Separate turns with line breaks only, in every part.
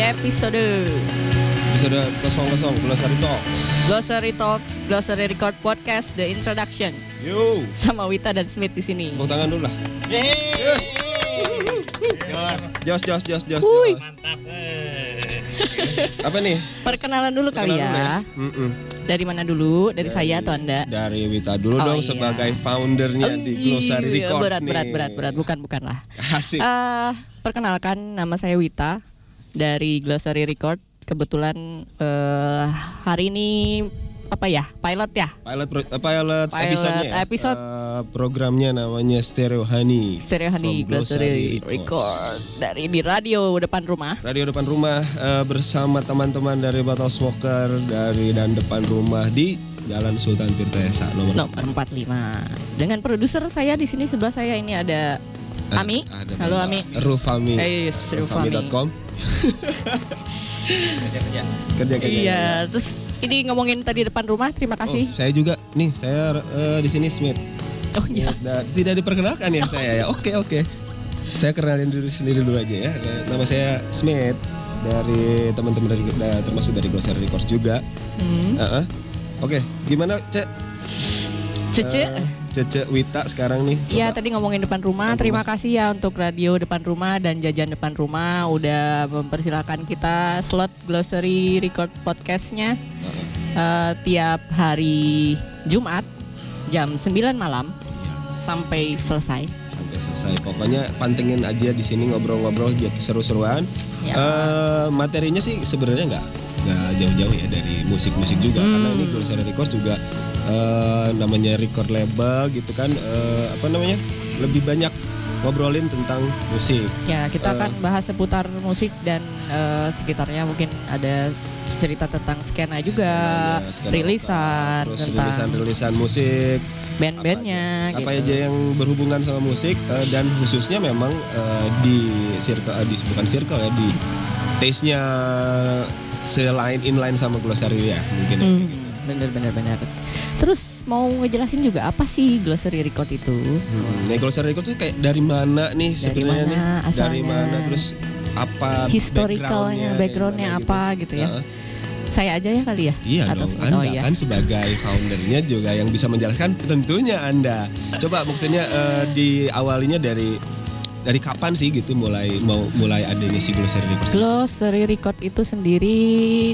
episode
Episode 00 Glossary Talks.
Glossary Talks, Glossary Record Podcast, The Introduction
Yo,
sama Wita dan Smith di sini.
tepuk tangan dulu lah.
Yeay. Jos.
Jos, jos, jos, jos,
Wuih.
jos.
Mantap. Eh.
Apa nih?
Perkenalan dulu kali
Kenal dulu
ya.
Mm-mm.
Dari mana dulu? Dari saya atau Anda?
Dari Wita dulu
Oh,
dong
iya.
sebagai foundernya di
Anjir,
Glossary Records
berat,
nih.
berat, berat, berat, bukan, bukan lah.
Asik.
Eh, perkenalkan nama saya Wita dari Glossary Record. Kebetulan eh, hari ini apa ya? Pilot ya?
Pilot, pro- eh, pilot,
Pilot
episode-nya ya?
episode.
Eh, programnya namanya Stereo Honey.
Stereo Honey
From
Glossary
Records.
Record dari di radio depan rumah.
Radio depan rumah eh, bersama teman-teman dari Battle Smoker dari dan depan rumah di Jalan Sultan Tirta Esa nomor
nomor 45. Dengan produser saya di sini sebelah saya ini ada
Eh,
Ami.
ada
Halo
Bang
Ami.
Rufami.
Eh, yes, Rufami.
Rufami.com.
Kerja-kerja.
Kerja kerja.
Iya, terus ini ngomongin tadi depan rumah, terima
Oh,
kasih.
saya juga nih, saya eh, di sini Smith.
Oh, iya.
Da- tidak diperkenalkan ya saya ya. Oke, oke. Saya kenalin diri sendiri dulu aja ya. Da- Nama saya Smith dari teman-teman dari da- termasuk dari Glossary Records juga.
Hmm.
Heeh. Oke, gimana Cek?
Cece.
Eh, Cece Wita sekarang nih.
Iya
Coba.
tadi ngomongin depan rumah.
Depan
Terima kasih ya untuk radio depan rumah dan jajan depan rumah udah mempersilahkan kita slot glossary record podcastnya
Heeh.
eh, tiap hari Jumat jam 9 malam sampai selesai.
Ya, sampai selesai. Pokoknya pantengin aja di sini ngobrol-ngobrol biar seru-seruan.
Ya.
Eh, materinya sih sebenarnya nggak nggak jauh-jauh ya dari musik-musik juga
Hmm.
karena ini Glossary Records juga eh, namanya record label gitu kan eh, apa namanya lebih banyak ngobrolin tentang musik.
Ya,
Eh.
kita akan bahas seputar musik dan eh, sekitarnya mungkin ada cerita tentang skena juga,
Skenanya, skena
Eh, rilisan
lokal, Ya, terus
tentang
rilisan-rilisan musik
band-bandnya
apa
gitu.
aja yang berhubungan sama musik eh, dan khususnya memang eh, di circle eh, di bukan circle ya di taste nya selain inline sama glossary ya mungkin ya.
Hmm, bener bener bener. Terus mau ngejelasin juga apa sih glossary record itu?
Hmm, Nah, glossary record tuh kayak dari mana nih
mana
sebenarnya nih? Dari
asalnya?
mana terus apa
Historicalnya,
background-nya,
backgroundnya
dari
apa
mana
gitu ya?
Nah,
Saya aja ya kali ya?
Iya
Atau se-
dong, Anda
oh iya.
kan sebagai foundernya juga yang bisa menjelaskan tentunya Anda. Coba maksudnya eh, di awalnya dari dari kapan sih gitu mulai mau mulai adanya si Glossary Records?
Glossary record itu sendiri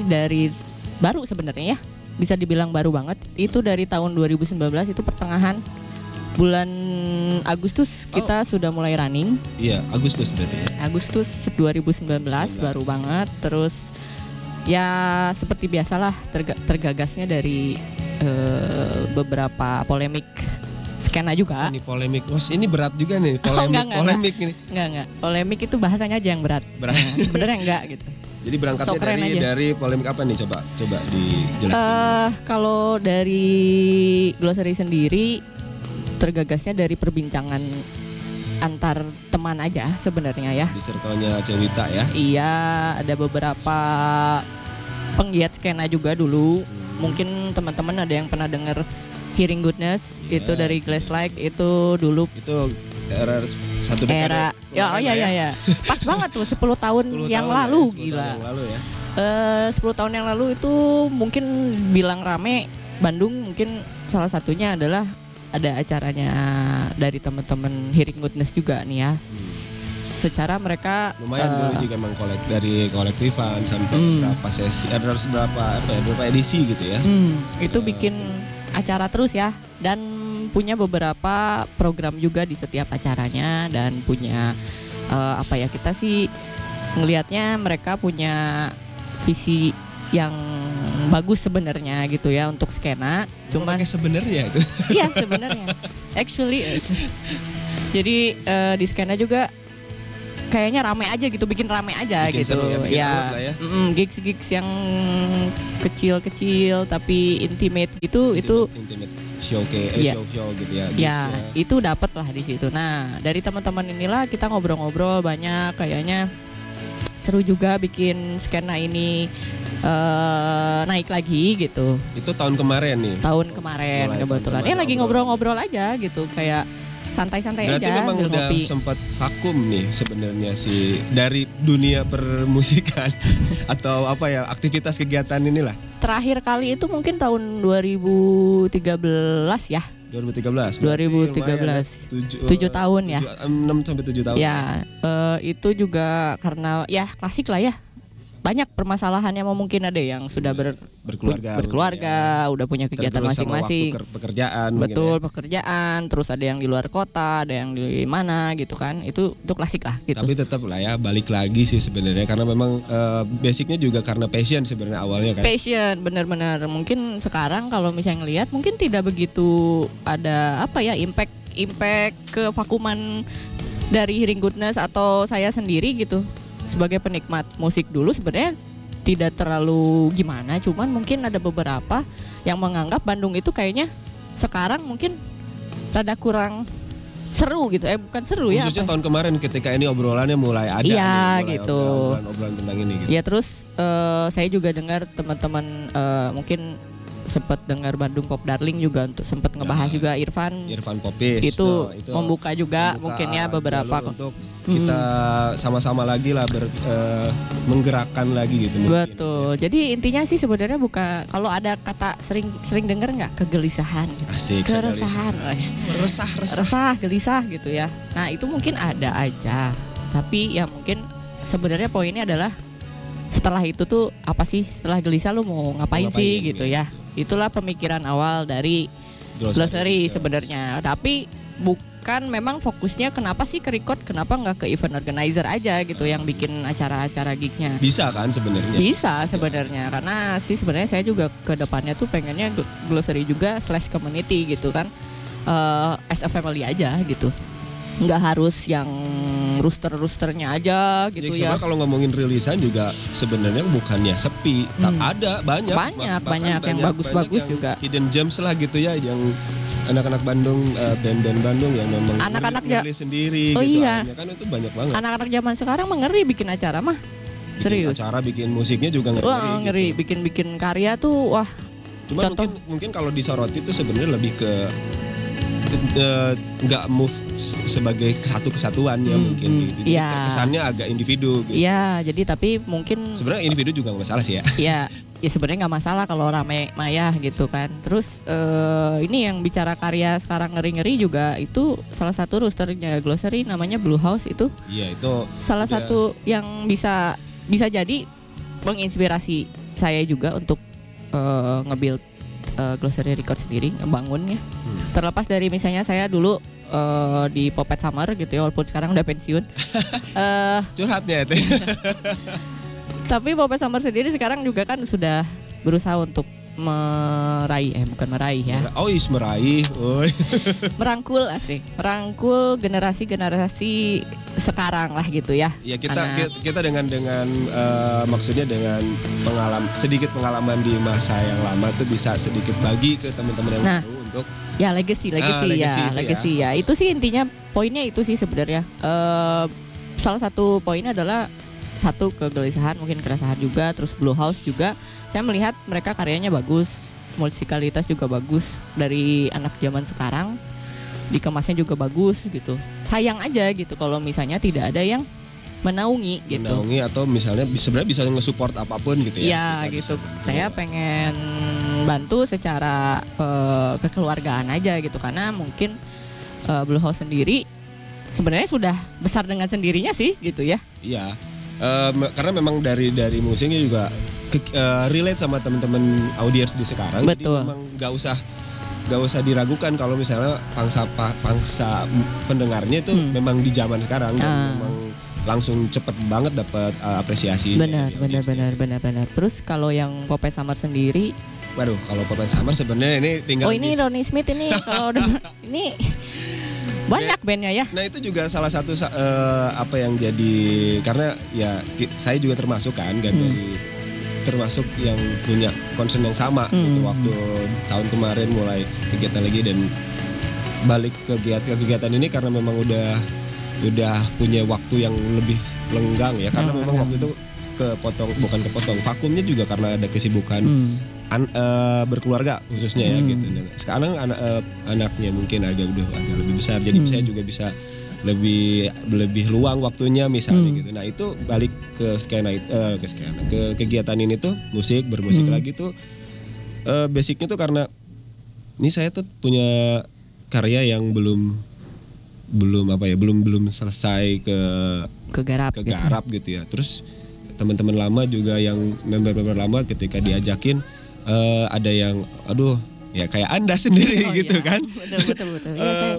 dari baru sebenarnya ya. Bisa dibilang baru banget. Itu dari tahun 2019 itu pertengahan bulan Agustus kita sudah mulai running.
Iya, Agustus berarti. ya.
Agustus 2019 baru banget. Terus ya seperti biasalah terga- tergagasnya dari eh, beberapa polemik skena juga.
Ini polemik. Wah, ini berat juga nih, polemik.
Oh, enggak, enggak,
polemik ini.
Enggak enggak. Polemik itu bahasanya aja yang berat.
Berat.
Nah, sebenarnya enggak gitu.
Jadi berangkatnya
So keren
dari
aja.
dari polemik apa nih coba coba dijelasin.
eh kalau dari glossary sendiri tergagasnya dari perbincangan antar teman aja sebenarnya ya.
di circle-nya Cewita ya.
Iya, ada beberapa penggiat skena juga dulu.
Hmm.
Mungkin teman-teman ada yang pernah dengar Hearing Goodness
Iya.
itu dari Glasslight itu dulu
Itu era satu dekade.
era ya oh
kemarin
iya
lah
iya iya. Pas banget tuh 10 tahun
10
yang
tahun ya,
lalu
10 tahun
gila.
yang lalu ya.
Eh, 10 tahun yang lalu itu mungkin bilang rame Bandung mungkin salah satunya adalah ada acaranya dari teman-teman Hearing Goodness juga nih ya. Secara mereka
Hmm. lumayan
eh,
dulu juga emang kolek dari kolektifan sampai
Hmm.
berapa sesi ada harus berapa apa ya berapa edisi gitu ya
Hmm, itu bikin acara terus ya dan punya beberapa program juga di setiap acaranya dan punya eh, apa ya kita sih ngelihatnya mereka punya visi yang bagus sebenarnya gitu ya untuk skena
cuma
cuman
kayak sebenarnya itu
iya sebenarnya actually is. jadi eh, di skena juga kayaknya rame aja gitu bikin rame aja
Bikin
gitu
seru ya, bikin alot lah ya.
mm, gigs-gigs yang kecil-kecil tapi intimate gitu itu
intimate show kayak eh,
Iya.
show show gitu ya
ya
gigs
itu dapat lah di situ nah dari teman-teman inilah kita ngobrol-ngobrol banyak kayaknya seru juga bikin skena ini eh, naik lagi gitu
itu tahun kemarin nih
tahun kemarin
Mulai tahun
kebetulan.
kemarin
Eh lagi
ngobrol.
ngobrol-ngobrol aja gitu kayak santai-santai
Berarti
aja
memang
ambil
udah
kopi.
sempat vakum nih sebenarnya sih dari dunia permusikan atau apa ya aktivitas kegiatan inilah
Terakhir kali itu mungkin tahun 2013 ya.
2013. ya.
2013. 7 tahun ya.
6 sampai 7 tahun.
Ya, eh, itu juga karena ya klasik lah ya. Banyak permasalahannya mau mungkin ada yang sudah ber-
Berkeluarga.
berkeluarga, udah punya
mungkin ya.
kegiatan
Tergerus sama waktu
masing-masing.
ker- pekerjaan mungkin ya.
Betul, pekerjaan, terus ada yang di luar kota, ada yang di mana gitu kan. Itu itu klasik lah gitu.
Tapi tetap lah ya balik lagi sih sebenarnya karena memang eh, basicnya juga karena passion sebenarnya awalnya kan.
Passion, bener-bener. Mungkin sekarang kalau misalnya ngelihat, mungkin tidak begitu ada apa ya impact impact ke vakuman dari hearing goodness atau saya sendiri gitu sebagai penikmat musik dulu sebenarnya tidak terlalu gimana cuman mungkin ada beberapa yang menganggap Bandung itu kayaknya sekarang mungkin rada kurang seru gitu eh bukan seru ya apa
Khususnya tahun kemarin ketika ini obrolannya mulai ada.
Iya,
nih, mulai
gitu.
Obrolan, obrolan tentang ini gitu.
Ya terus eh, saya juga dengar teman-teman eh, mungkin sempat dengar Bandung Pop Darling juga untuk sempat ngebahas
Ya.
juga Irfan
Irfan Popis.
itu,
Nah,
membuka juga
membuka
mungkin ya
jalur
beberapa Hmm.
untuk kita sama-sama lagi lah ber, eh, menggerakkan lagi gitu mungkin.
betul. Jadi intinya sih sebenarnya bukan kalau ada kata sering sering dengar nggak kegelisahan,
Asik sekali.
keresahan,
Resah, resah.
resah, gelisah gitu ya. Nah itu mungkin ada aja, tapi ya mungkin sebenarnya poinnya adalah setelah itu tuh apa sih setelah gelisah lu mau ngapain,
Ngapain,
sih gitu
gitu.
ya. Itulah pemikiran awal dari glossary
gitu.
sebenarnya tapi bukan memang fokusnya kenapa sih ke record kenapa nggak ke event organizer aja gitu yang bikin acara-acara gignya
Bisa kan sebenarnya.
bisa sebenarnya karena sih sebenarnya saya juga ke depannya tuh pengennya gl- glossary juga slash community gitu kan Eh as a family aja gitu nggak harus yang rooster roosternya aja gitu
Jadi
ya
sebenarnya Iya, kalau ngomongin rilisan juga sebenarnya bukannya sepi, tapi
Hmm.
ada banyak
Banyak,
Bahkan
banyak yang bagus-bagus
yang
juga.
Hidden gems lah gitu ya yang anak-anak Bandung eh, band-band Bandung yang memang
Anak-anak
ngeri-
ya-
ngerilis sendiri
Oh
gitu
iya.
akhirnya kan itu banyak banget.
anak-anak zaman sekarang mengeri bikin acara mah
Bikin
serius
Acara bikin musiknya juga ngeri. gitu.
wah ngeri bikin-bikin karya tuh wah
Cuma
Contoh.
mungkin mungkin kalau disoroti itu sebenarnya lebih ke eh, nggak move se- sebagai satu kesatuan ya
Hmm,
mungkin
hmm.
gitu. Jadi
Iya.
terkesannya agak individu gitu.
Iya, jadi tapi mungkin
Sebenarnya individu juga nggak masalah sih ya.
ya ya sebenarnya nggak masalah kalau rame maya gitu kan. Terus eh, ini yang bicara karya sekarang ngeri-ngeri juga itu salah satu roosternya Glossary namanya Blue House itu
Iya itu
salah
Iya.
satu yang bisa bisa jadi menginspirasi saya juga untuk eh, nge-build eh, Glossary Record sendiri, ngebangunnya. Terlepas dari misalnya saya dulu eh, di Popet Summer gitu ya, walaupun sekarang udah pensiun. eh
curhatnya itu.
Tapi Popes Summer sendiri sekarang juga kan sudah berusaha untuk meraih eh bukan meraih ya
Oh is meraih, Oi.
merangkul asik merangkul generasi generasi sekarang lah gitu ya
Ya kita
Anak.
ki- kita dengan dengan eh, maksudnya dengan pengalaman sedikit pengalaman di masa yang lama tuh bisa sedikit bagi ke teman-teman yang
Nah.
baru untuk
ya legacy legacy,
Ah, legacy
ya
itu ya.
legacy ya. itu sih intinya poinnya itu sih sebenarnya Eh, salah satu poinnya adalah satu kegelisahan mungkin keresahan juga terus Blue House juga saya melihat mereka karyanya bagus musikalitas juga bagus dari anak zaman sekarang dikemasnya juga bagus gitu sayang aja gitu kalau misalnya tidak ada yang menaungi gitu
menaungi atau misalnya bi- sebenarnya bisa nge-support apapun gitu ya.
Iya
Kita
gitu.
bisa-
Saya pengen bantu secara eh, kekeluargaan aja gitu karena mungkin eh, Blue House sendiri sebenarnya sudah besar dengan sendirinya sih gitu ya.
Iya. Eh, me- karena memang dari dari musiknya juga ke- eh, relate sama teman-teman audiens di sekarang.
Betul.
Jadi memang nggak usah nggak usah diragukan kalau misalnya pangsa pa- pangsa m- pendengarnya itu
Hmm.
memang di zaman sekarang dan
Ah.
memang langsung cepet banget dapat eh, apresiasi.
Benar,
dari
benar,
audiens.
benar, benar, benar. Terus kalau yang Popet Summer sendiri,
Waduh, kalau Papa Summer sebenarnya ini tinggal
oh ini
di-
Ronnie Smith ini kalau udah- ini banyak bandnya ya.
Nah, itu juga salah satu sa- eh, apa yang jadi karena ya ki- saya juga termasuk kan kan
Hmm.
dari termasuk yang punya concern yang sama
Hmm.
gitu waktu tahun kemarin mulai kegiatan lagi dan balik kegiatan kegiatan ini karena memang udah udah punya waktu yang lebih lenggang ya karena
Hmm,
memang
hmm.
waktu itu kepotong bukan kepotong vakumnya juga karena ada kesibukan
Hmm.
an- eh, berkeluarga khususnya ya
Hmm.
gitu. Nah, Sekarang anak eh, anaknya mungkin agak udah agak lebih besar, jadi
Hmm.
saya juga bisa lebih lebih luang waktunya misalnya
Hmm.
gitu. Nah itu balik ke skena it- eh, ke skena ke kegiatan ini tuh musik bermusik
Hmm.
lagi tuh eh, basicnya tuh karena ini saya tuh punya karya yang belum belum apa ya belum belum selesai ke
kegarap
ke
gitu.
garap gitu ya. Terus teman-teman lama juga yang member-member lama ketika diajakin eh, ada yang aduh ya kayak Anda sendiri
Oh,
gitu
iya.
kan.
Betul betul betul. Iya,
Eh,
saya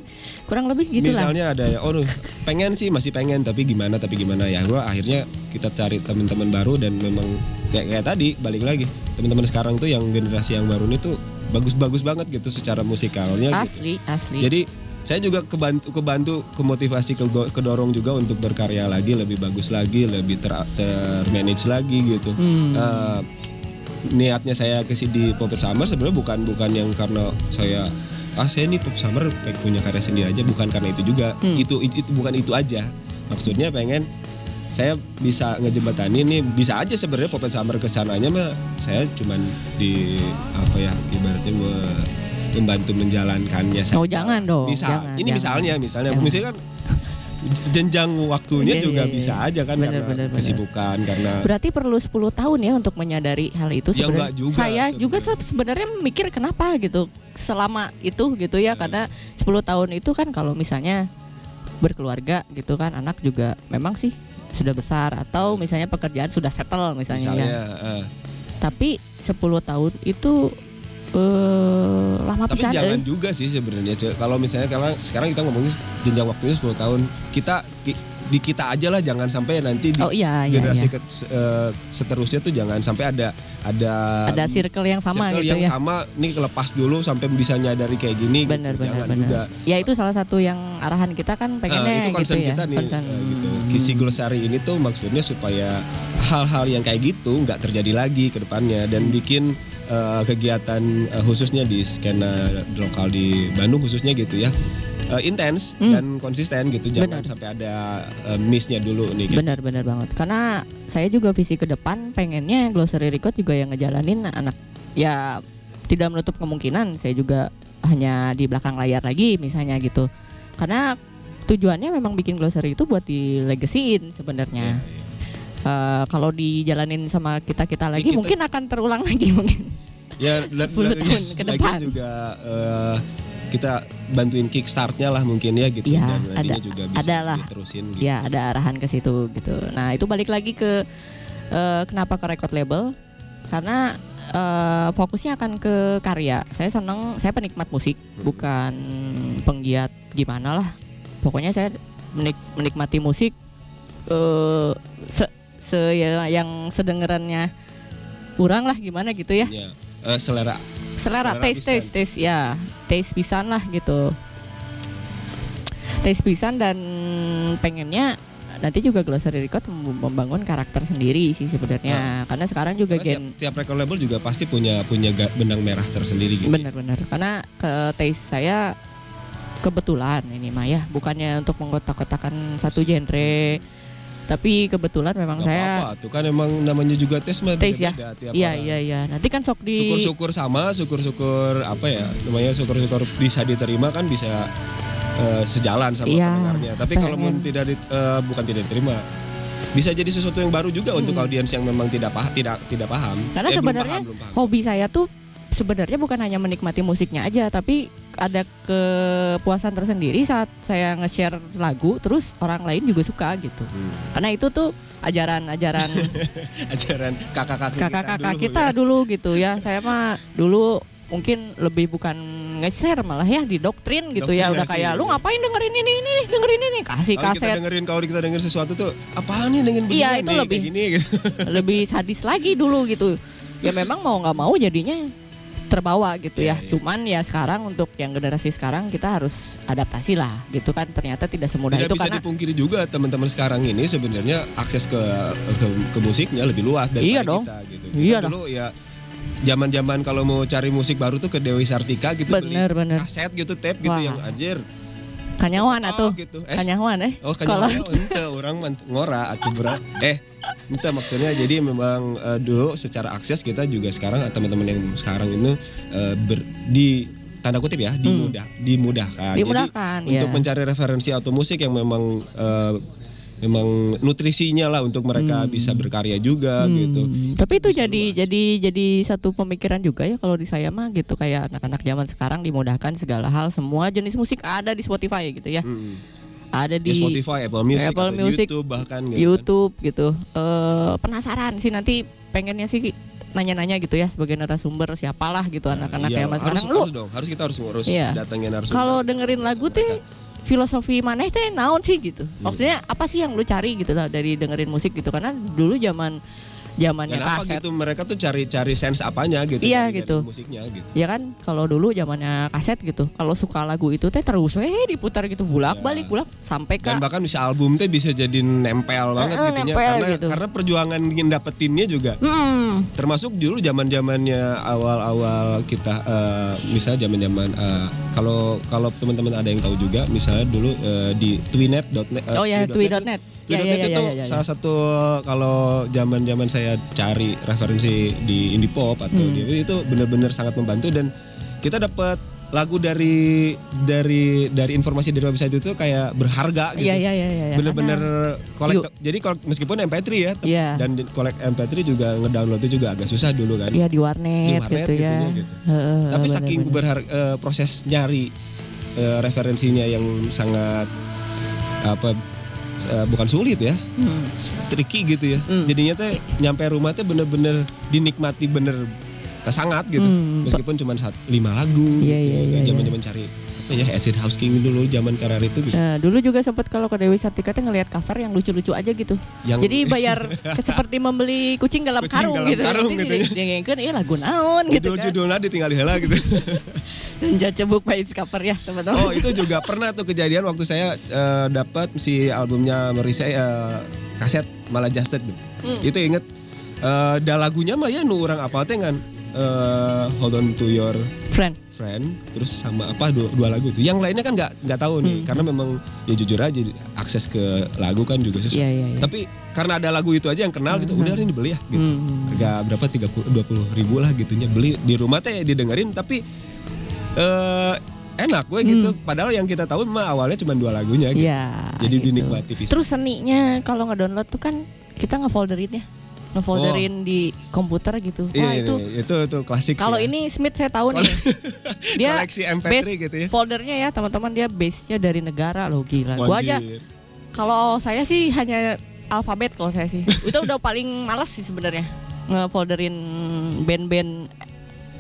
kurang lebih gitulah.
Misalnya ada yang, oh pengen sih masih pengen tapi gimana tapi gimana ya gua akhirnya kita cari teman-teman baru dan memang kayak kayak tadi balik lagi teman-teman sekarang tuh yang generasi yang baru ini tuh bagus-bagus banget gitu secara musikalnya gitu.
Asli asli.
Jadi saya juga kebantu kebantu kemotivasi kego- kedorong juga untuk berkarya lagi lebih bagus lagi lebih ter termanage lagi gitu.
Hmm.
Eh, niatnya saya ke di Pop Summer sebenarnya bukan bukan yang karena saya ah saya nih Pop Summer pengen punya karya sendiri aja bukan karena itu juga.
Hmm.
Itu, itu itu bukan itu aja. Maksudnya pengen saya bisa ngejembatani nih bisa aja sebenarnya Pop Summer kesananya mah saya cuman di apa ya ibaratnya me- membantu menjalankannya saja.
Oh, jangan dong,
Misal,
jangan,
ini
jangan.
misalnya misalnya
Jangan.
misalnya kan jenjang waktunya
Iya,
juga
iya, iya.
bisa aja kan
Bener,
karena
bener, bener.
kesibukan karena
Berarti perlu 10 tahun ya untuk menyadari hal itu
Ya,
sebenarnya.
enggak juga
Saya juga
sebenarnya.
sebenarnya mikir kenapa gitu selama itu gitu
Iya,
ya karena 10 tahun itu kan kalau misalnya berkeluarga gitu kan anak juga memang sih sudah besar atau misalnya pekerjaan sudah settle misalnya. ya.
Iya. misalnya eh,
Tapi 10 tahun itu eh, lama
tapi
pisan
jangan
eh.
juga sih sebenarnya Cek. kalau misalnya karena sekarang kita ngomongin jenjang waktunya 10 tahun kita ki- di kita aja lah jangan sampai nanti di
Oh iya iya.
generasi
iya.
ke- eh, seterusnya tuh jangan sampai ada ada
Ada circle yang sama
circle
gitu
yang
ya.
sama nih kelepas dulu sampai bisa nyadari kayak gini gitu.
Benar benar
jangan juga
benar. Ya itu salah satu yang arahan kita kan
Eh,
pengennya
itu concern
gitu ya.
kita nih
concern. Hmm.
eh, gitu. Kisi Glosari ini tuh maksudnya supaya hal-hal yang kayak gitu nggak terjadi lagi ke depannya dan bikin eh, kegiatan eh, khususnya di skena lokal di Bandung khususnya gitu ya eh, intens
Hmm.
dan konsisten gitu jangan
Benar.
sampai ada eh, miss-nya dulu nih gitu.
Benar-benar banget. Karena saya juga visi ke depan pengennya Glossary Record juga yang ngejalanin anak ya tidak menutup kemungkinan saya juga hanya di belakang layar lagi misalnya gitu. Karena tujuannya memang bikin glossary itu buat dilegasiin sebenarnya. Eh, kalau dijalanin sama kita kita lagi
kita-
mungkin akan terulang lagi mungkin.
Ya, la-
10
lagi-
tahun ke
lagi
depan.
juga eh, kita bantuin kickstartnya lah mungkin ya gitu
Iya,
dan nantinya
ada-
juga bisa
ada lah.
diterusin gitu.
ya ada arahan ke situ gitu. Nah itu balik lagi ke eh, kenapa ke record label karena eh, fokusnya akan ke karya. Saya seneng, saya penikmat musik bukan penggiat gimana lah. Pokoknya saya menik- menikmati musik eh se, se- ya, yang sedengerannya kurang lah gimana gitu ya
Ya, eh, selera
selera,
Selera
taste
pisan.
taste taste ya taste pisan lah gitu taste pisan dan pengennya nanti juga Glossary Record mem- membangun karakter sendiri sih
Ah.
sebenarnya karena sekarang juga gen
Karena tiap, tiap record label juga pasti punya punya ga- benang merah tersendiri gitu.
benar-benar karena ke taste saya kebetulan ini Maya bukannya untuk mengkotak-kotakan satu genre tapi kebetulan memang
Gak
saya
apa-apa tuh kan emang namanya juga tes mah
Tes ya?
beda-beda tiap
iya
orang.
iya iya nanti kan sok di
Syukur-syukur sama, syukur-syukur apa ya namanya syukur-syukur bisa diterima kan bisa eh, sejalan sama
Iya,
pendengarnya. Tapi kalau
pengen.
tidak di- eh, bukan tidak diterima bisa jadi sesuatu yang baru juga untuk audiens yang memang tidak paham tidak tidak paham.
Hmm. Karena
Eh, belum
sebenarnya
paham, belum paham.
hobi saya tuh sebenarnya bukan hanya menikmati musiknya aja tapi ada kepuasan tersendiri saat saya nge-share lagu terus orang lain juga suka gitu
Hmm.
karena itu tuh ajaran-ajaran
ajaran kakak-kakak kita
kakak-kakak
dulu
kita, dulu gitu ya saya mah dulu mungkin lebih bukan nge-share malah ya didoktrin gitu ya udah
Doktrinasi,
kayak lu
iya.
ngapain dengerin ini ini dengerin ini kasih
Kalau kita
kaset
dengerin kalau kita dengerin sesuatu tuh apaan nih dengerin
Iya,
beginian
itu
nih, kayak
lebih.
gini gitu.
lebih sadis lagi dulu gitu ya memang mau nggak mau jadinya terbawa gitu ya
Iya, iya.
cuman ya sekarang untuk yang generasi sekarang kita harus adaptasi lah gitu kan ternyata tidak semudah
Tidak
itu
bisa
karena
dipungkiri juga teman-teman sekarang ini sebenarnya akses ke, ke ke musiknya lebih luas daripada
Iya dong.
kita gitu.
Iya
kita dulu ya zaman-zaman kalau mau cari musik baru tuh ke Dewi Sartika gitu
bener bener
beli kaset gitu tape gitu
Wah.
yang anjir
Kanyawan atuh.
gitu. Eh.
Kanyawan eh.
Oh
Kalau-
kayaknya ente orang man- ngora atau berat eh ente maksudnya jadi memang eh, dulu secara akses kita juga sekarang eh, teman-teman yang sekarang ini eh, ber- di tanda kutip ya dimudah dimudahkan Jadi,
Hmm. Dimudahkan, ya.
untuk mencari referensi atau musik yang memang eh, memang nutrisinya lah untuk mereka bisa berkarya juga gitu
Hmm, Tapi itu jadi jadi jadi satu pemikiran juga ya kalau di saya mah gitu kayak anak-anak zaman sekarang dimudahkan segala hal semua jenis musik ada di Spotify gitu ya.
Mm.
Ada
di
di
Spotify Apple Music
Apple
atau
Music,
YouTube bahkan gitu kan.
YouTube gitu. Eh penasaran sih nanti pengennya sih nanya-nanya gitu ya sebagai narasumber siapalah gitu anak-anak
Iya,
ya mas
harus,
sekarang lu
harus dong harus kita harus ngurus
Iya.
datangin harus Iya.
kalau dengerin lagu teh filosofi maneh teh naon sih gitu maksudnya apa sih yang lu cari gitu lah dari dengerin musik gitu karena dulu zaman zamannya
Dan apa
kaset
gitu mereka tuh cari-cari sense apanya gitu
Iya,
dari- dari
gitu.
musiknya gitu.
ya kan kalau dulu zamannya kaset gitu kalau suka lagu itu teh terus eh diputar gitu bolak
Ya.
balik bolak sampai ke
Dan bahkan bisa album teh bisa jadi nempel banget
Heeh,
gitunya
nempel
karena
gitu.
karena perjuangan ingin dapetinnya juga
Hmm,
termasuk dulu zaman-zamannya awal-awal kita eh, misalnya zaman-zaman eh, kalau kalau teman-teman ada yang tahu juga misalnya dulu eh, di twinet.net eh,
oh ya
twinet.net
twi.net
Ya,
ya ya ya
itu
ya, ya, ya.
salah satu kalau zaman-zaman saya cari referensi di indie pop atau
Hmm.
di itu benar-benar sangat membantu dan kita dapat lagu dari dari dari informasi dari website itu kayak berharga
Iya,
gitu.
iya, iya, iya, iya.
Bener-bener kolek
Yuk.
jadi kolek, meskipun MP3 ya tep-
Iya.
dan di- kolek MP3 juga ngedownloadnya juga agak susah dulu kan.
Iya di warnet,
Di warnet
gitu ya.
gitunya gitu.
Heeh,
Tapi
bener,
saking
bener.
berhar- eh, proses nyari eh, referensinya yang sangat apa eh, bukan sulit ya
Hmm.
tricky gitu ya.
Mm.
Jadinya teh nyampe rumah teh bener-bener dinikmati bener sangat gitu.
Hmm.
Meskipun cuma sat- lima lagu
Iya, iya, iya,
Zaman-zaman cari apa ya acid house king dulu zaman karir itu gitu.
Nah, dulu juga sempat kalau ke Dewi Sartika tuh ngelihat cover yang lucu-lucu aja gitu.
Yang-
Jadi bayar ke- seperti membeli kucing dalam
Kucing
karung
dalam
gitu.
karung
Jadi
gitu ya.
dijengengkeun, "Ih, lagu naon gitu kan.
Judul-judulnya ditinggal heula gitu.
Dan jacebuk by its cover ya, teman-teman.
oh, itu juga pernah tuh kejadian waktu saya eh, dapat si albumnya Marisa eh, kaset malah Justed. tuh. Itu inget eh da lagunya mah ya nu urang apa teh kan eh, Hold on to your
Friend.
Friend terus sama apa dua, dua lagu tuh. Yang lainnya kan nggak nggak tahu nih karena memang ya jujur aja akses ke lagu kan juga susah.
Iya, iya, iya.
Tapi karena ada lagu itu aja yang kenal gitu, udah ini dibeli ya gitu.
Hmm.
Harga berapa 30 20 ribu lah gitunya beli di rumah teh didengerin tapi eh enak gue gitu. Padahal yang kita tahu memang awalnya cuma dua lagunya gitu.
Hmm. Iya.
Jadi
gitu.
dinikmati pisan.
Terus seninya kalau ngedownload tuh kan kita ngefolderin ya. Ngefolderin di komputer gitu.
Oh. Iya,
Wah,
iya,
itu
iya. itu itu klasik. sih
Kalau
ya.
ini Smith saya tahu nih. dia
Koleksi MP3
base
gitu ya.
Foldernya ya teman-teman dia base-nya dari negara loh gila. Gua aja
Wajib.
kalau saya sih hanya alfabet kalau saya sih. Itu udah paling males sih sebenarnya ngefolderin band-band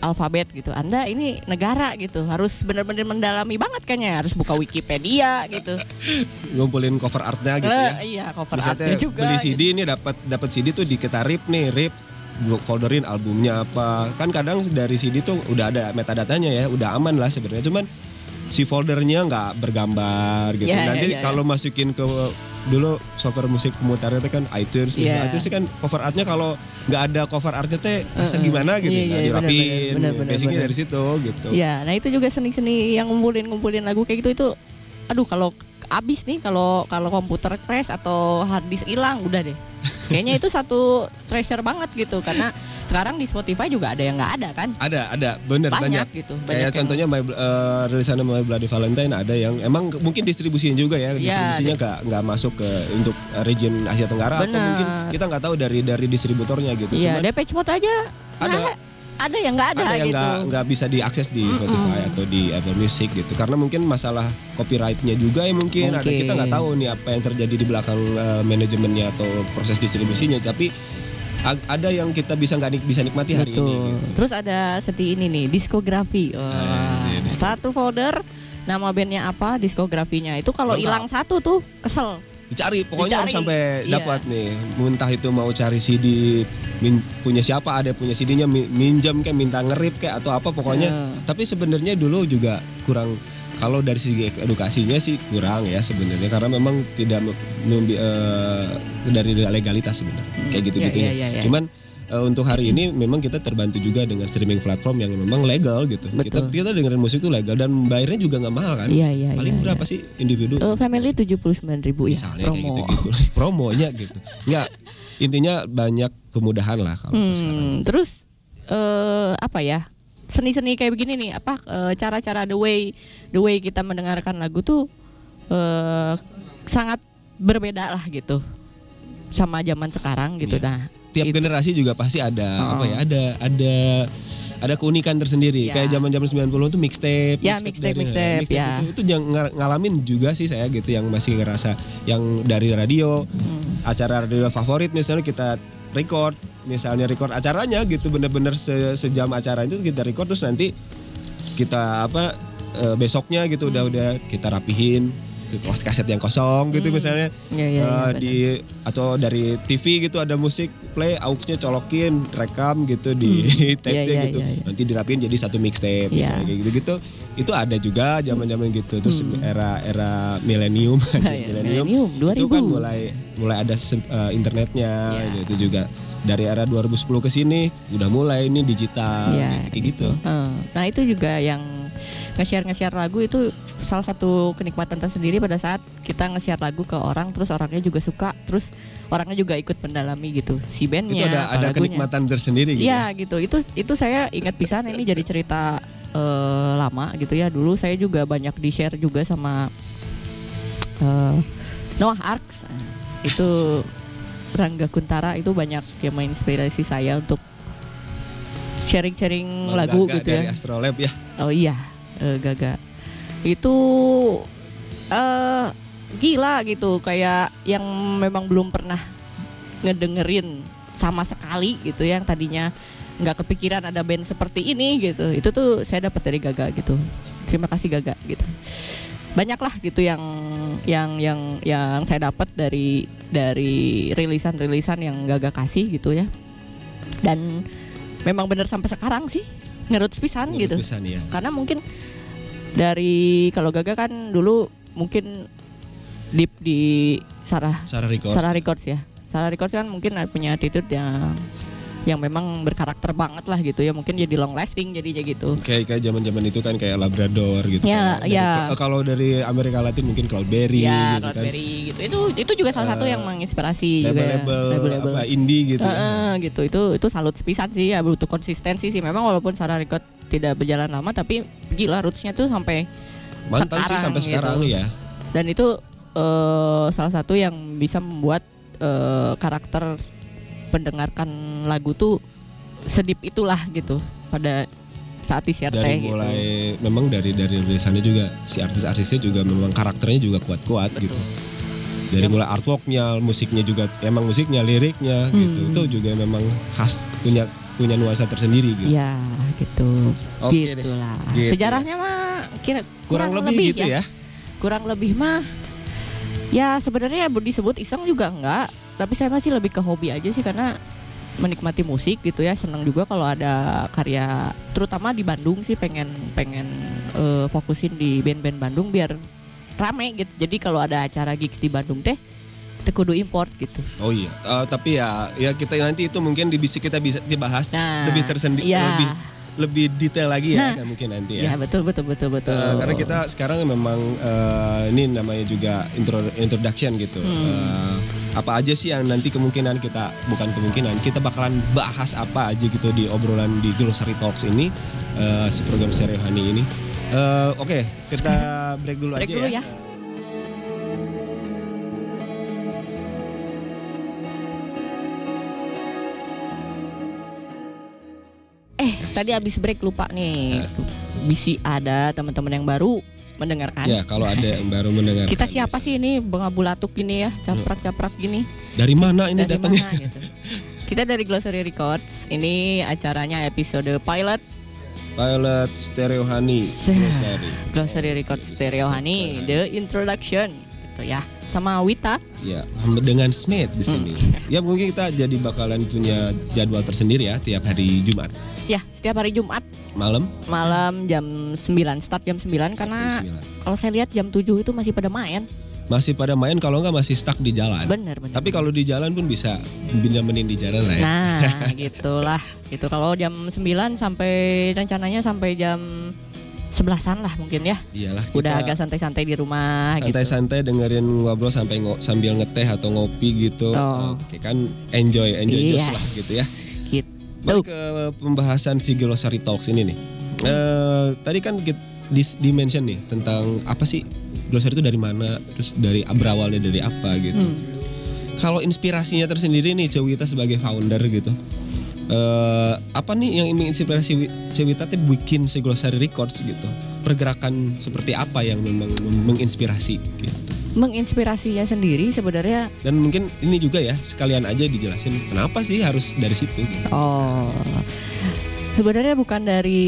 alfabet gitu. Anda ini negara gitu. Harus benar-benar mendalami banget kayaknya. Harus buka Wikipedia gitu.
ngumpulin cover artnya gitu ya.
Eh, iya, cover
Bisa
artnya
teh
juga.
beli
gitu.
CD ini dapat dapat CD tuh di kita rip nih rip blok folderin albumnya apa kan kadang dari CD tuh udah ada metadatanya ya udah aman lah sebenarnya cuman si foldernya nggak bergambar gitu
Ya, ya,
nanti
ya, ya.
kalau masukin ke dulu software musik pemutarnya itu kan iTunes
Ya.
iTunes sih kan cover artnya kalau nggak ada cover artnya teh asa
Mm-mm.
gimana gitu
Iya,
nah,
iya, benar,
dirapin
benar, benar,
basicnya
benar.
dari situ gitu
Iya, nah itu juga seni-seni yang ngumpulin-ngumpulin lagu kayak gitu itu aduh kalau abis nih kalau kalau komputer crash atau hard disk hilang udah deh. Kayaknya itu satu treasure banget gitu karena sekarang di Spotify juga ada yang nggak ada kan?
Ada, ada, bener banyak.
Banyak gitu, banyak
Kayak
yang-
contohnya my, eh, rilisan My Bloody Valentine ada yang emang ke- mungkin distribusinya juga ya,
Iya,
distribusinya nggak nggak masuk ke untuk region Asia Tenggara atau
Bener.
mungkin kita nggak tahu dari dari distributornya gitu.
Iya,
Cuman
Depeche Mode aja
Ada.
nggak- ada yang nggak ada,
ada yang
gitu.
nggak nggak bisa diakses di Spotify atau di Apple Music gitu karena mungkin masalah copyrightnya juga ya mungkin, ada
Mungkin.
kita nggak tahu nih apa yang terjadi di belakang eh, manajemennya atau proses distribusinya tapi ag- ada yang kita bisa nggak nik- bisa nikmati hari
Betul.
ini. Gitu.
Terus ada seperti ini nih, diskografi. Wah,
iya, diskografi.
Satu folder nama bandnya apa, diskografinya. Itu kalau
Lengkap.
hilang satu tuh kesel.
dicari pokoknya
Dicari,
harus sampai
iya.
dapat nih muntah itu mau cari CD min- punya siapa ada punya CD-nya mi- minjam kayak minta ngerip kayak atau apa pokoknya
Iya.
tapi sebenarnya dulu juga kurang kalau dari segi ek- edukasinya sih kurang ya sebenarnya karena memang tidak mem- membi- eh, dari legalitas sebenarnya kayak gitu gitu
Hmm. iya, iya, iya.
cuman eh, untuk hari ini memang kita terbantu juga dengan streaming platform yang memang legal gitu. Kita
Betul.
kita dengerin musik itu legal dan bayarnya juga nggak mahal kan?
Iya, iya,
Paling
iya,
berapa
iya.
sih individu?
Eh, family 79.000 ribu ya
Misalnya kayak
promo.
gitu-gitu. Promonya gitu. Nggak, intinya banyak kemudahan lah kalau sekarang.
Hmm, terus eh apa ya? Seni-seni kayak begini nih, apa eh, cara-cara the way the way kita mendengarkan lagu tuh eh sangat berbeda lah gitu. Sama zaman sekarang gitu
Iya.
nah.
tiap
itu-
generasi juga pasti ada
Oh.
apa ya ada ada ada keunikan tersendiri
Ya.
kayak zaman-zaman 90 itu mixtape
Ya, mixtape,
dari-
mixtape, ya.
itu, Nah, itu yang ngar- ngalamin juga sih saya gitu yang masih ngerasa yang dari radio
Hmm.
acara radio favorit misalnya kita record misalnya record acaranya gitu bener-bener se- sejam acara itu kita record terus nanti kita apa eh, besoknya gitu udah
Hmm.
udah kita rapihin gitu, kos kaset yang kosong gitu misalnya
Ya, ya, ya,
Eh,
benar.
di atau dari TV gitu ada musik play auxnya colokin rekam gitu di tape-nya
Iya, iya,
gitu
iya, iya.
nanti dirapin jadi satu mixtape
Iya.
misalnya kayak gitu gitu itu ada juga zaman zaman gitu terus era era milenium
Hmm. Iya, milenium,
itu kan
2000.
mulai mulai ada se- eh, internetnya
Iya.
gitu juga dari era 2010 ke sini udah mulai ini digital
Iya,
gitu, kayak gitu
Eh, nah itu juga yang nge-share nge-share lagu itu salah satu kenikmatan tersendiri pada saat kita nge-share lagu ke orang terus orangnya juga suka terus orangnya juga ikut mendalami gitu si
itu
bandnya
ada
apa
ada
lagunya.
kenikmatan tersendiri gitu
Iya gitu. Itu itu saya ingat pisan ini jadi cerita eh, lama gitu ya. Dulu saya juga banyak di share juga sama eh, Noah Arks. Itu Rangga Kuntara itu banyak yang menginspirasi saya untuk sharing-sharing
Bang
lagu
Gaga
gitu
kan dari
ya.
Astrolab ya
Oh iya, eh, Gaga. Itu eh gila gitu, kayak yang memang belum pernah ngedengerin sama sekali gitu yang tadinya nggak kepikiran ada band seperti ini gitu. Itu tuh saya dapat dari Gaga gitu. Terima kasih Gaga gitu. Banyaklah gitu yang yang yang yang saya dapat dari dari rilisan-rilisan yang Gaga kasih gitu ya. Dan memang bener sampai sekarang sih ngerut pisan gitu
Pesan, ya.
karena mungkin dari kalau Gaga kan dulu mungkin deep di Sarah
Sarah Records
Sarah Records ya Sarah Records kan mungkin punya attitude yang yang memang berkarakter banget lah gitu ya mungkin jadi long lasting jadinya gitu
kayak kayak zaman-zaman itu kan kayak labrador gitu.
Ya,
kan. Dari-
ya.
eh, Kalau dari Amerika Latin mungkin cloudberry
ya
gitu kan. Eh,
Cloudberry gitu itu itu juga salah satu yang menginspirasi juga ya.
Label-label apa indie gitu. ya.
Heeh, gitu itu itu salut sepisan sih ya butuh konsistensi sih memang walaupun Sarah Record tidak berjalan lama tapi gila rootsnya tuh sampai
Mantap sih
sekarang
sampai
gitu.
sekarang ya.
dan itu eh, salah satu yang bisa membuat eh, karakter pendengarkan lagu tuh sedip itulah gitu pada saat di share
Dari
teh gitu.
mulai memang dari dari tulisannya juga si artis-artisnya juga memang karakternya juga kuat-kuat
Betul.
gitu. Dari mulai artworknya, musiknya juga emang musiknya, liriknya gitu.
Hmm.
Itu juga memang khas punya punya nuansa tersendiri gitu.
Ya gitu.
Oke deh.
Gitulah.
Gitu ya.
Sejarahnya mah kira
Kurang, lebih, gitu ya.
Kurang lebih mah ya sebenarnya disebut iseng juga enggak, tapi saya masih lebih ke hobi aja sih karena menikmati musik gitu ya senang juga kalau ada karya terutama di Bandung sih pengen pengen eh, fokusin di band-band Bandung biar rame gitu jadi kalau ada acara gigs di Bandung teh teh kudu import gitu
Oh iya, Eh, tapi ya ya kita nanti itu mungkin di bisik kita bisa dibahas
Nah,
lebih tersendiri
iya.
lebih lebih detail lagi ya
Nah.
kan mungkin nanti ya.
ya betul betul betul betul
Eh, karena kita sekarang memang eh, ini namanya juga intro, introduction gitu.
Hmm.
Eh, apa aja sih yang nanti kemungkinan kita bukan kemungkinan kita bakalan bahas apa aja gitu di obrolan di Glossary Talks ini eh, si program Stereo Hani ini. Eh, Oke, kita break dulu
break
aja
dulu
ya.
ya. Eh, tadi habis break lupa nih.
Eh.
Bisi ada teman-teman yang baru mendengarkan.
Ya, kalau ada yang baru mendengar.
kan? Kita siapa sih ini bengabulatuk gini ya, caprak-caprak gini.
Dari mana ini
dari
datangnya?
mana gitu. Kita dari Glossary Records. Ini acaranya episode pilot
Pilot Stereo Hani
Sah.
Glossary.
Glossary Records Stereo Honey The Introduction gitu ya. Sama Wita.
Ya, dengan Smith di sini.
Hmm.
Ya mungkin kita jadi bakalan punya jadwal tersendiri ya tiap hari Jumat
Ya, setiap hari Jumat
malam.
malam jam 9 start jam 9 karena
Jam 9.
kalau saya lihat jam 7 itu masih pada main.
masih pada main kalau nggak masih stuck di jalan.
Bener bener.
Tapi kalau di jalan pun bisa pinjamin di jalan lah ya.
Nah, gitulah. Gitu kalau jam 9 sampai rencananya sampai jam 11-an lah mungkin ya.
Iyalah. kita
Udah agak santai-santai di rumah gitu.
santai-santai dengerin ngobrol sampai ngo- sambil ngeteh atau ngopi gitu.
Oh.
Oke kan enjoy enjoy
Yes.
just lah gitu ya.
Iya. Gitu.
Balik ke pembahasan si Gelosari Talks ini nih. Eh, tadi kan kit- dis dimension nih tentang apa sih Glosari itu dari mana, terus dari berawalnya dari apa gitu.
Hmm.
Kalau inspirasinya tersendiri nih Cewita sebagai founder gitu. Eh, apa nih yang menginspirasi Wi- Cewita teh bikin si Glossary Records gitu? Pergerakan seperti apa yang memang mem- menginspirasi gitu.
Menginspirasinya sendiri sebenarnya
Dan mungkin ini juga ya sekalian aja dijelasin kenapa sih harus dari situ gitu.
Oh, sebenarnya bukan dari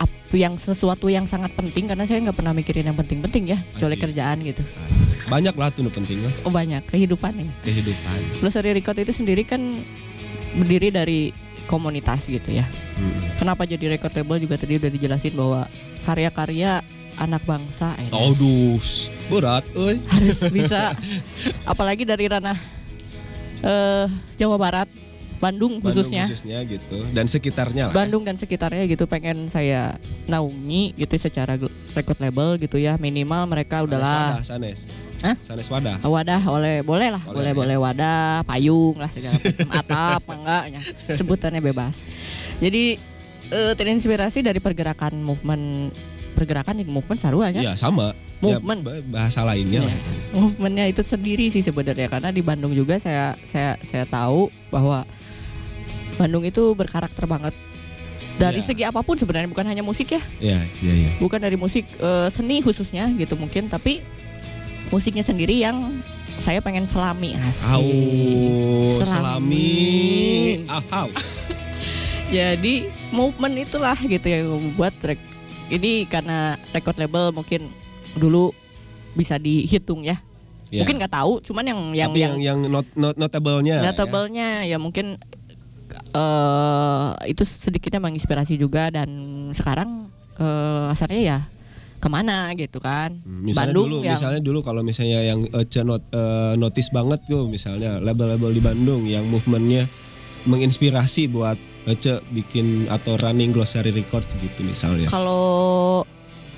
ap- yang sesuatu yang sangat penting karena saya nggak pernah mikirin yang penting-penting ya, kecuali
Oke.
kerjaan gitu.
Banyak lah tuh pentingnya
Oh banyak kehidupan nih.
kehidupan.
Glossary Record itu sendiri kan berdiri dari komunitas gitu ya.
Hmm.
Kenapa jadi record label juga tadi udah dijelasin bahwa karya-karya anak bangsa eh,
Aduh, berat, euy.
harus bisa apalagi dari ranah eh Jawa Barat, Bandung khususnya.
Bandung khususnya gitu dan sekitarnya lah. ya.
Bandung dan sekitarnya gitu pengen saya naungi gitu secara gl- record label gitu ya minimal mereka udahlah
Sanes Wadah, Sanes.
Hah? Oh,
Sanes Wadah.
wadah oleh boleh lah boleh
Boleh, ya.
boleh wadah payung lah segala macam atap enggaknya sebutannya bebas jadi eh, terinspirasi dari pergerakan movement pergerakan yang movement ya. saruanya
Iya, sama. Ya,
kan? Movement.
ba- bahasa lainnya lah.
Iya. movementnya itu sendiri sih sebenarnya karena di Bandung juga saya saya saya tahu bahwa Bandung itu berkarakter banget dari
Iya.
segi apapun sebenarnya bukan hanya musik ya
Iya, iya, iya.
bukan dari musik eh, seni khususnya gitu mungkin tapi musiknya sendiri yang saya pengen selami
Au,
asik. Selami.
selami. Ahau.
Jadi movement itulah gitu yang membuat track ini karena record label mungkin dulu bisa dihitung ya.
Iya.
Mungkin nggak tahu, cuman yang yang
Tapi yang
yang,
yang not, not notable-nya. lah ya.
notable-nya ya mungkin eh itu sedikitnya menginspirasi juga dan sekarang eh asalnya ya kemana gitu kan
Hmm, Misalnya
Bandung
dulu,
yang-
misalnya dulu kalau misalnya yang eh, cenot eh, notice banget tuh misalnya label-label di Bandung yang movementnya menginspirasi buat Ece bikin atau running glossary records gitu misalnya.
Kalau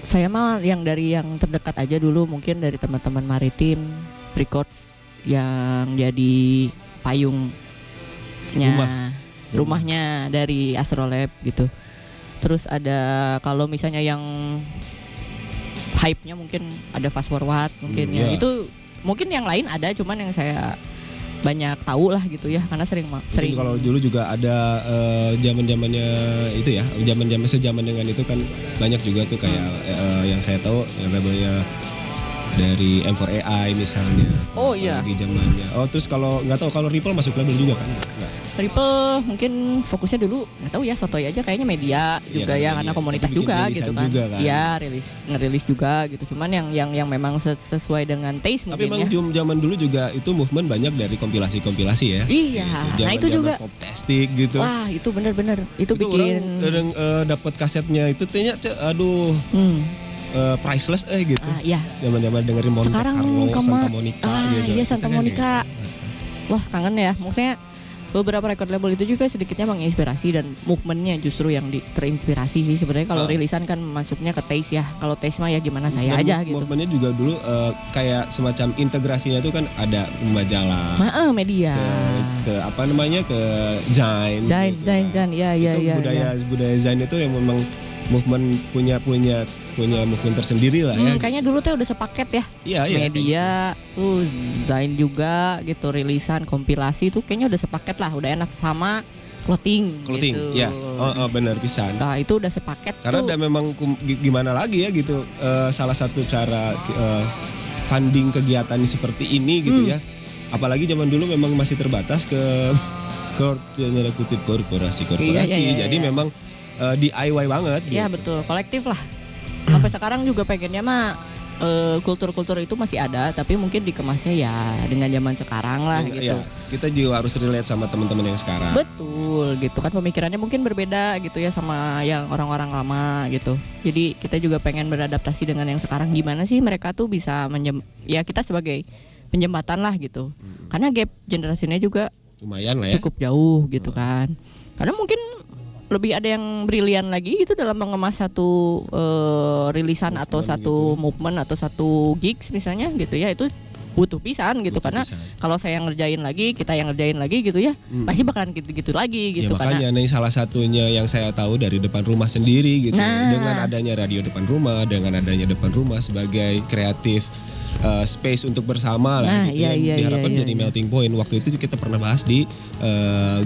saya mah yang dari yang terdekat aja dulu mungkin dari teman-teman maritim records yang jadi payungnya
Rumah.
rumahnya dari Astrolab gitu. Terus ada kalau misalnya yang hype-nya mungkin ada Fast Forward mungkin
Hmm,
ya.
ya.
Itu mungkin yang lain ada cuman yang saya banyak tahu lah gitu ya karena sering ma-
Mungkin
sering
kalau dulu juga ada eh, zaman-zamannya itu ya, zaman-zaman sejaman dengan itu kan banyak juga tuh kayak
Hmm.
eh, yang saya tahu yang labelnya dari M4AI misalnya.
Oh, iya.
Lagi zamannya. Oh terus kalau nggak tahu kalau Ripple masuk label juga kan? Nggak.
Triple mungkin fokusnya dulu nggak tahu ya sotoy aja kayaknya media juga
kan,
ya
media.
karena komunitas
Tapi bikin
juga
rilisan
gitu kan.
juga kan.
Iya, rilis ngerilis juga gitu. Cuman yang yang yang memang se- sesuai dengan taste
Tapi
mungkin
memang
ya.
jam- zaman dulu juga itu movement banyak dari kompilasi-kompilasi ya.
Iya.
Gitu,
Nah, itu
zaman-zaman
juga
poptastic gitu.
wah, itu bener-bener itu, bikin
orang dereng, eh, dapat kasetnya itu tanya aduh
hmm,
eh, priceless eh gitu.
ah iya.
Zaman-zaman dengerin Monte
Sekarang
Carlo,
kema-
Santa Monica
Ah,
gitu.
iya Santa
Itu kan
Monica.
ya.
Wah, kangen ya. Maksudnya beberapa record label itu juga sedikitnya menginspirasi dan movementnya justru yang di- terinspirasi sih sebenarnya kalau
Ah.
rilisan kan masuknya ke taste ya kalau taste mah ya gimana saya
Dan
aja
move-
gitu
Movementnya juga dulu eh, kayak semacam integrasinya itu kan ada majalah
Heeh, media
ke, ke apa namanya ke Zain.
Zain,
gitu
Zain,
kan.
Zain, ya, ya,
itu
ya.
budaya budaya Zain itu yang memang movement punya punya punya movement tersendiri lah ya.
Hmm, kayaknya dulu tuh udah sepaket ya.
Iya iya.
Media, tuh Zain juga gitu, rilisan, kompilasi tuh kayaknya udah sepaket lah, udah enak sama clothing.
Clothing,
gitu.
ya. Oh, oh, benar pisan.
Nah itu udah sepaket
Karena
tuh.
ada memang kum- gi- gimana lagi ya gitu eh, salah satu cara eh, funding kegiatan seperti ini gitu
Hmm.
ya. Apalagi zaman dulu memang masih terbatas ke kor- tanda kutip korporasi-korporasi.
Iya, iya, iya,
Jadi
iya.
memang eh, DIY banget.
Iya
gitu.
betul, kolektif lah. Sampai sekarang juga pengennya mah eh, kultur-kultur itu masih ada tapi mungkin dikemasnya ya dengan zaman sekarang lah
Iya,
gitu.
kita juga harus relate sama teman-teman yang sekarang.
Betul gitu kan pemikirannya mungkin berbeda gitu ya sama yang orang-orang lama gitu. Jadi kita juga pengen beradaptasi dengan yang sekarang gimana sih mereka tuh bisa menjem ya kita sebagai penjembatan lah gitu.
Hmm.
Karena gap generasinya juga
Lumayan lah ya.
cukup jauh gitu kan. Karena mungkin lebih ada yang brilian lagi gitu dalam mengemas satu eh, rilisan atau
Movement gitu ya.
satu movement atau satu gigs misalnya gitu ya itu butuh pisan gitu
Butuh
karena
pisan.
kalau saya yang ngerjain lagi kita yang ngerjain lagi gitu ya
Hmm.
pasti bakalan gitu-gitu lagi gitu
ya
karena
makanya nih salah satunya yang saya tahu dari depan rumah sendiri gitu
Nah.
dengan adanya radio depan rumah dengan adanya depan rumah sebagai kreatif uh, space untuk bersama lah
Nah,
gitu
iya,
yang
iya,
diharapkan
iya,
jadi
iya.
melting point waktu itu kita pernah bahas di uh,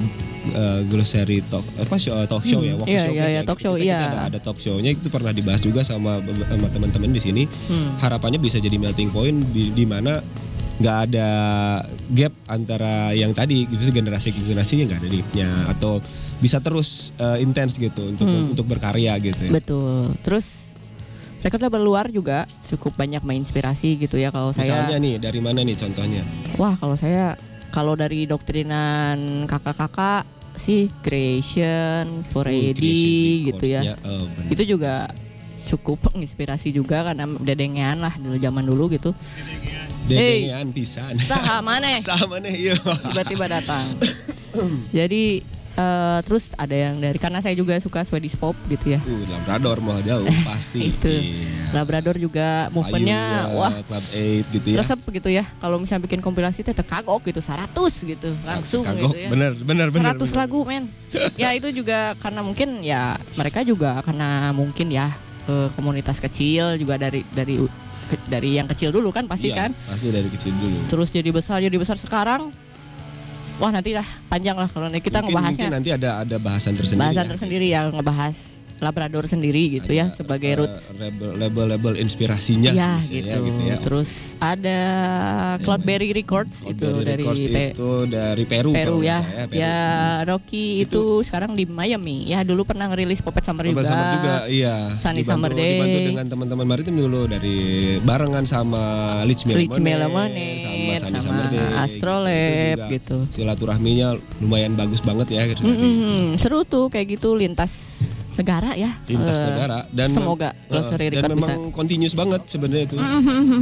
uh, glossary talk apa show talk show ya
Hmm,
waktu
iya,
showcase
iya,
ya,
iya,
gitu.
talk show,
Kita- kita
iya.
ada, ada talk show-nya itu pernah dibahas juga sama be- sama teman-teman di sini
Hmm.
harapannya bisa jadi melting point di, di mana nggak ada gap antara yang tadi gitu generasi generasinya nggak ada gapnya atau bisa terus eh, intens gitu untuk
Hmm.
untuk berkarya gitu ya.
betul terus record label luar juga cukup banyak menginspirasi gitu ya kalau saya
Misalnya nih dari mana nih contohnya?
Wah kalau saya kalau dari doktrinan kakak-kakak sih creation, 4AD
Creation
gitu ya.
Records-nya, oh, bener.
Itu juga cukup menginspirasi juga karena dedengean lah dulu zaman dulu gitu.
Dendengan pisan.
Saha maneh
Sama nih iya.
tiba-tiba datang. Jadi eh, terus ada yang dari karena saya juga suka Swedish pop gitu ya.
Uh, Labrador mau jauh pasti.
Itu.
Iya.
Labrador juga movementnya
Payunya,
wah
Club 8 gitu ya.
resep gitu ya. Kalau misalnya bikin kompilasi teteh kagok gitu 100 gitu langsung
Kagok,
gitu ya.
Bener bener bener.
100
bener.
lagu men ya itu juga karena mungkin ya mereka juga karena mungkin ya eh, komunitas kecil juga dari dari u- ke- dari yang kecil dulu kan pasti
Iya,
kan
Pasti dari kecil dulu.
terus jadi besar jadi besar sekarang wah nanti lah panjang lah kalau nanti kita
mungkin,
ngebahasnya
mungkin nanti ada ada bahasan tersendiri.
bahasan
ya.
tersendiri ya ngebahas Labrador sendiri gitu ya
Ada,
sebagai
eh,
roots
label, label label inspirasinya
Iya
misalnya,
gitu.
ya.
Terus ada Cloudberry Records
Outdoor
itu dari
Records
P-
itu dari Peru
Peru
kalau nggak
ya.
salah Peru. Hmm.
Ya Rocky
Itu-
itu, sekarang di Miami. Ya dulu pernah ngerilis Popet Summer juga.
Urban Summer juga iya
Sunny
dibantu,
Summer Day.
dibantu dengan teman-teman maritim dulu dari barengan sama Lich Melamone,
Rich Melamone
sama Sunny
sama,
Summer Day
Astrolab
Itu gitu juga
gitu.
silaturahminya lumayan bagus banget ya gitu.
Mm-mm, Hmm, seru tuh kayak gitu lintas negara ya. Eh,
lintas negara dan mem-
semoga Glossary
eh,
Record
dan
bisa.
memang continuous banget sebenarnya itu
Mhm.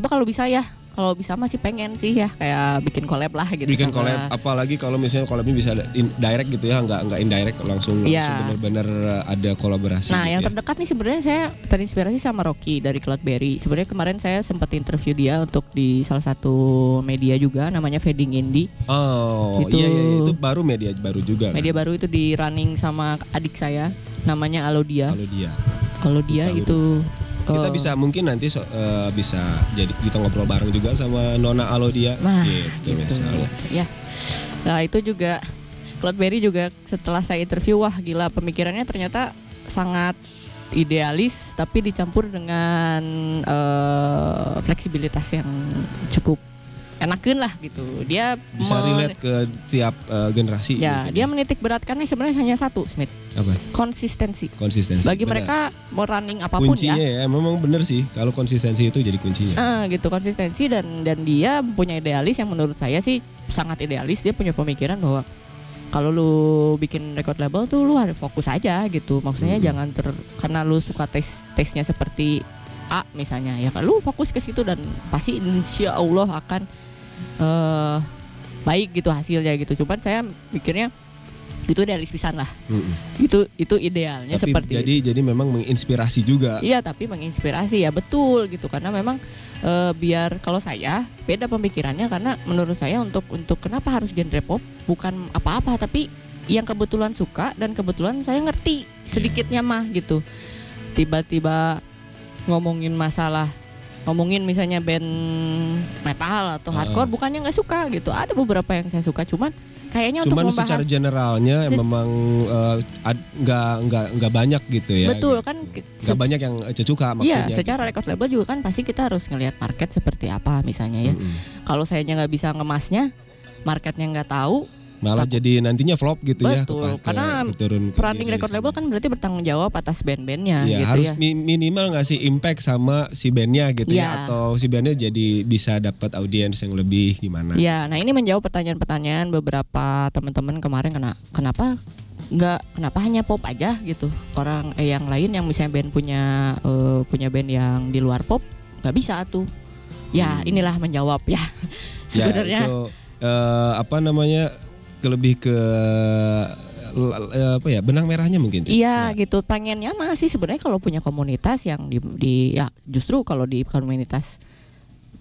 Coba kalau bisa ya. Kalau bisa masih pengen sih ya kayak bikin collab lah gitu.
bikin
sama-
collab apalagi kalau misalnya collabnya bisa in- direct gitu ya nggak nggak indirect langsung langsung
Iya.
benar-benar uh, ada kolaborasi
Nah,
gitu
yang
ya.
terdekat nih sebenarnya saya terinspirasi sama Rocky dari Cloudberry. Sebenarnya kemarin saya sempat interview dia untuk di salah satu media juga namanya Fading Indie.
oh
Gitu.
iya, iya itu baru media baru juga kan,
Media baru itu di running sama adik saya namanya Alodia.
kalau dia
Alodia
Tahu.
itu
kita
eh,
bisa mungkin nanti so- eh, bisa jadi kita ngobrol bareng juga sama Nona Alodia
Nah,
gitu, misalnya
ya. Nah, itu juga Cloudberry juga setelah saya interview wah gila pemikirannya ternyata sangat idealis tapi dicampur dengan eh, fleksibilitas yang cukup enakin lah gitu. Dia
bisa
men-
relate ke tiap eh, generasi
Ya,
mungkin
dia menitik beratkannya sebenarnya hanya satu, Smith.
apa
Konsistensi.
konsistensi
Bagi
Benar.
mereka mau running apapun
kuncinya
ya.
ya, memang bener sih kalau konsistensi itu jadi kuncinya
Eh, gitu konsistensi dan dan dia punya idealis yang menurut saya sih sangat idealis. Dia punya pemikiran bahwa kalau lu bikin record label tuh lu harus fokus aja gitu. Maksudnya
Hmm.
jangan ter karena lu suka tes tesnya seperti A misalnya ya kan lu fokus ke situ dan pasti insya Allah akan eh baik gitu hasilnya gitu. Cuman saya mikirnya itu idealis pisan lah.
Mm-mm.
itu itu idealnya
tapi
seperti
jadi
itu.
jadi memang menginspirasi juga
Iya tapi menginspirasi ya betul gitu karena memang eh, biar kalau saya beda pemikirannya karena menurut saya untuk untuk kenapa harus genre pop bukan apa-apa tapi yang kebetulan suka dan kebetulan saya ngerti sedikitnya mah gitu tiba-tiba ngomongin masalah ngomongin misalnya band metal atau
Ah.
hardcore bukannya nggak suka gitu ada beberapa yang saya suka cuman kayaknya untuk
Cuman
membahas
secara generalnya
Se-
memang eh, ad- nggak nggak nggak banyak gitu ya.
betul
gitu.
kan
Nggak
se-
banyak yang eh, cecuka maksudnya. gitu.
Iya, secara record label juga kan pasti kita harus ngelihat market
Hmm.
seperti apa misalnya ya.
Mm-mm.
Kalau sayanya nggak bisa ngemasnya, marketnya nggak tahu,
malah jadi nantinya flop gitu ya
Betul,
kepa- ke-
karena
keturun ke
Running
diri
record
sendiri.
label kan berarti bertanggung jawab atas band-bandnya
Iya,
gitu
harus
ya.
mi- minimal ngasih impact sama si bandnya gitu
Iya.
ya atau si bandnya jadi bisa dapat audiens yang lebih gimana
Ya, nah ini menjawab pertanyaan-pertanyaan beberapa teman-teman kemarin kena kenapa nggak kenapa hanya pop aja gitu orang eh, yang lain yang misalnya band punya eh, punya band yang di luar pop nggak bisa tuh. Ya
Hmm.
inilah menjawab ya
Ya,
sebenarnya.
so, eh, apa namanya ke- lebih ke l- eh, apa ya benang merahnya mungkin Cik?
Iya
Nah,
gitu pengennya masih sebenarnya kalau punya komunitas yang di, di- ya justru kalau di komunitas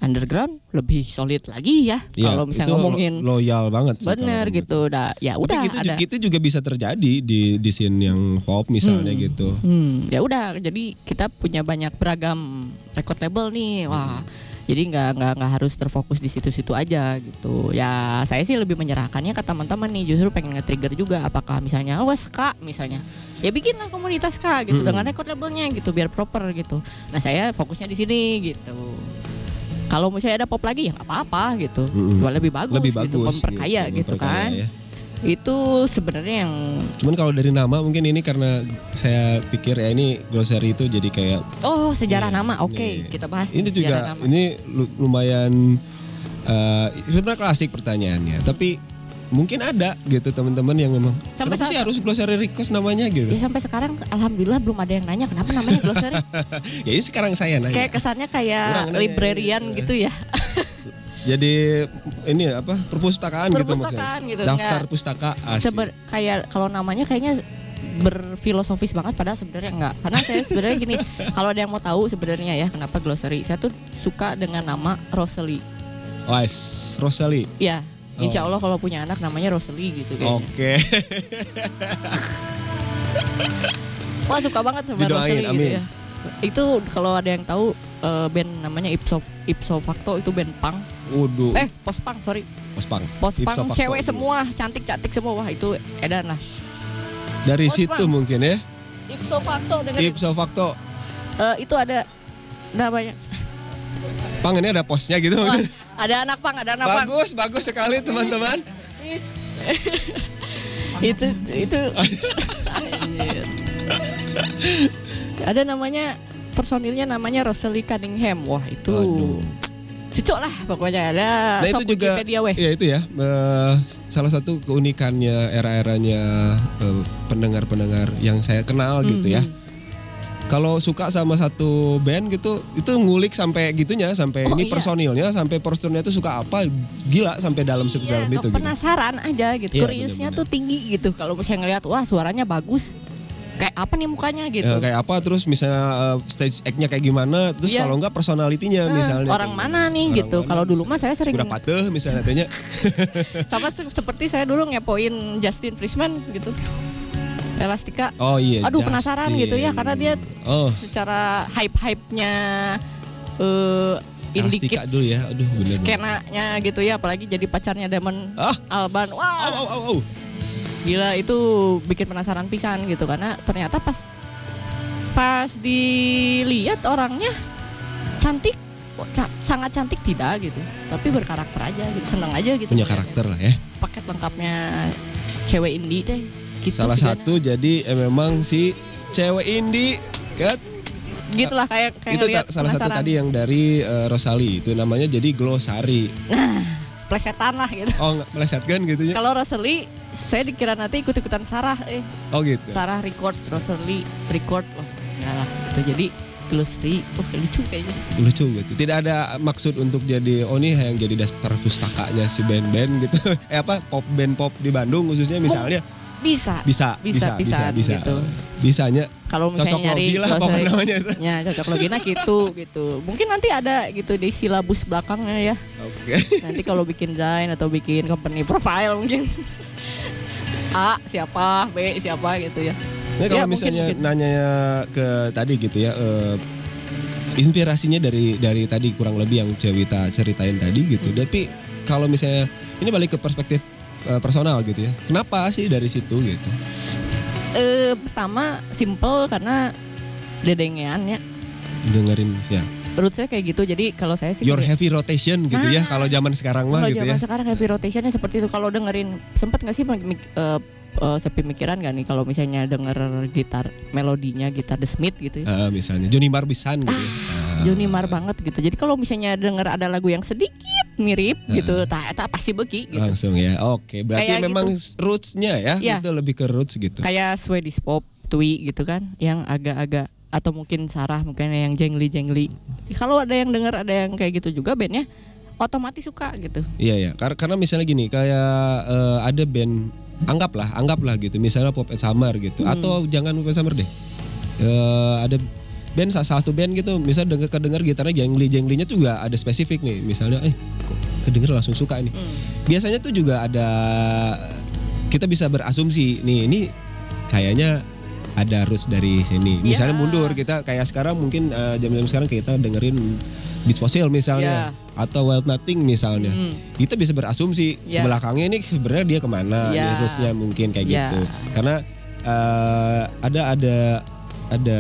underground lebih solid lagi ya
iya,
kalau
itu
misalnya
lo-
ngomongin
loyal banget sih
bener
kalau ngomongin.
gitu udah ya
Tapi
udah
gitu,
ada
gitu juga bisa terjadi di di scene yang pop misalnya
Hmm.
gitu
Hmm, ya udah jadi kita punya banyak beragam record label nih wah
Hmm.
jadi nggak nggak nggak harus terfokus di situ-situ aja gitu ya saya sih lebih menyerahkannya ke teman-teman nih justru pengen nge-trigger juga apakah misalnya oh ska misalnya ya bikinlah komunitas ska gitu
Hmm.
dengan record labelnya gitu biar proper gitu nah saya fokusnya di sini gitu kalau misalnya ada pop lagi ya nggak apa-apa gitu
Hmm.
Wah, lebih bagus
lebih
gitu
bagus
memperkaya gitu,
memperkaya
kan
ya.
itu sebenarnya yang
Cuman kalau dari nama mungkin ini karena saya pikir ya ini glossary itu jadi kayak
oh sejarah
Iya,
nama oke
iya.
kita bahas nih,
ini
sejarah
juga
nama.
ini lu- lumayan eh sebenarnya klasik pertanyaannya tapi mungkin ada gitu teman-teman yang memang
Sampai
kenapa sih
saat-
harus glossary request namanya
Ya
gitu
sampai sekarang alhamdulillah belum ada yang nanya kenapa namanya glossary.
ya ini sekarang saya nanya
Iya. Kayak kesannya
iya. Kurang
kayak
nanya,
librarian
iya.
gitu ya.
jadi ini apa perpustakaan,
Perpustakaan
gitu maksudnya
gitu,
daftar
enggak.
pustaka asik.
Seber, kayak kalau namanya kayaknya berfilosofis banget padahal sebenarnya enggak. Karena saya sebenarnya gini, kalau ada yang mau tahu sebenarnya ya kenapa glossary. Saya tuh suka dengan nama Roseli.
Wais, Rosali
Ya,
Oh.
insya Allah kalau punya anak namanya Roseli gitu kayaknya.
oke
Wah suka banget sama
Oh. Didoain,
Roseli gitu
amin.
ya. Itu kalau ada yang tahu eh, band namanya Ipso Ipso Facto itu band punk.
waduh
Eh, post punk, sorry.
pospang Ipsa
Pospang
Pakto.
cewek semua, cantik-cantik semua. Wah, itu edan lah.
dari
Pospang.
situ mungkin ya
Ipso facto dengan
ipso facto
Eh, itu ada namanya.
pang ini ada posnya gitu
Wah,
mungkin
ada anak pang, ada anak pang.
bagus bagus sekali teman-teman
Is- itu itu ada namanya personilnya namanya Rosalie Cunningham. Wah, itu
Waduh.
cocok lah pokoknya. Ada
Nah itu
sok
juga,
eh, Wikipedia weh.
ya itu ya eh, salah satu keunikannya era-eranya eh, pendengar-pendengar yang saya kenal gitu ya.
Mhm.
Kalau suka sama satu band gitu, itu ngulik sampai gitunya, sampai
Oh,
ini
iya.
personilnya, sampai personilnya itu suka apa, gila sampai dalam
Iya,
sedalam itu. Gitu.
penasaran aja gitu.
Iya,
Kuriousnya
benar-benar.
tuh tinggi gitu. Kalau misalnya ngelihat wah suaranya bagus, kayak apa nih mukanya gitu.
Ya, kayak apa terus misalnya eh, stage act-nya kayak gimana, terus
Iya.
kalau enggak personalitinya
Nah,
misalnya.
orang
kayak
mana
gitu.
nih
Orang
gitu.
mana
Kalau dulu
misalnya.
mah saya sering
Kuda pateh misalnya tanya.
sama se- seperti saya dulu ngepoin Justin Frischman gitu. Elastika.
Oh iya.
Aduh, penasaran gitu ya,
Justin.
karena dia-
Oh,
Secara hype-hype-nya eh indie
Elastika
kids
dulu ya. Aduh bener.
skenanya gitu ya apalagi jadi pacarnya Damon
Ah.
Alban.
Au,
Wah,
au, au, au.
gila itu bikin penasaran pisan gitu karena ternyata pas pas dilihat orangnya cantik Kok ca- sangat cantik tidak gitu tapi berkarakter aja gitu seneng aja gitu
punya
melihatnya.
karakter lah ya.
paket lengkapnya cewek indie teh gitu
Salah
sih, Dana.
satu jadi eh, memang si cewek indie ket
gitulah kayak kayak
itu
ngeliat
ta- salah satu
penasaran.
tadi yang dari eh, Rosali itu namanya jadi Glosari.
Ya. plesetan lah gitu
Oh nggak melesetkan gitu ya.
kalau Roseli saya dikira nanti ikut ikutan Sarah eh
Oh gitu.
Sarah record Roseli record wah enggak lah itu jadi Glossary wah lucu kayaknya
Lucu gitu. Tidak ada maksud untuk jadi oh nih yang jadi dasar pustakanya si band-band gitu. eh apa pop band pop di Bandung khususnya misalnya
bisa
bisa
Bisa,
bisa bisa
bisa,
bisa.
gitu.
Bisanya
kalau
cocok
misalnya nyari
logi lah pokoknya
glossary-
namanya itu.
ya cocok logina gitu gitu mungkin nanti ada gitu di silabus belakangnya ya
Oke.
nanti kalau bikin desain atau bikin company profile mungkin A siapa B siapa gitu ya
Nah,
Ya,
kalau
mungkin,
misalnya
mungkin.
nanya ke tadi gitu ya, eh, inspirasinya dari dari tadi kurang lebih yang cerita ceritain tadi gitu.
Hmm.
Tapi kalau misalnya ini balik ke perspektif eh, personal gitu ya, kenapa sih dari situ gitu?
Eh pertama simple karena dedengean ya
Dengerin ya,
rootsnya kayak gitu. Jadi kalau saya sih
Your
kayak-
heavy rotation gitu
Nah.
ya kalau zaman sekarang
ya. kalau
mah gitu
zaman
ya.
sekarang heavy rotationnya seperti itu. Kalau dengerin sempet nggak sih mik- mik- eh, eh, sepi mikiran gak nih kalau misalnya denger gitar melodinya gitar The Smith gitu ya.
Eh, misalnya Johnny Marbisan gitu. ya. Ah.
Johnny Marr banget gitu. Jadi kalau misalnya denger ada lagu yang sedikit mirip gitu, tak tak pasti beki gitu.
Langsung ya. Oke, berarti
Kayak gitu.
memang rootsnya ya,
Iya.
itu lebih ke roots gitu.
Kayak Swedish pop, Twi gitu kan, yang agak-agak atau mungkin Sarah mungkin yang jengli-jengli. Kalau ada yang denger ada yang kayak gitu juga bandnya otomatis suka gitu.
Iya ya, Kar- karena misalnya gini, kayak eh, ada band anggaplah, anggaplah gitu, misalnya Pop at Summer gitu, atau jangan Pop at Summer deh. Eh, ada band salah satu band gitu, misalnya denger kedenger gitarnya jengli jenglinya juga ada spesifik nih, misalnya eh kok kedenger langsung suka ini. Biasanya tuh juga ada kita bisa berasumsi nih ini kayaknya ada roots dari sini. Misalnya
Iya.
mundur kita kayak sekarang mungkin eh, jam-jam sekarang kita dengerin Beats Fossil misalnya
Iya.
atau Wild Nothing misalnya
Hmm.
kita bisa berasumsi
Ya.
belakangnya ini sebenarnya dia kemana
Ya.
dia rootsnya mungkin kayak
Ya.
gitu karena eh, ada ada ada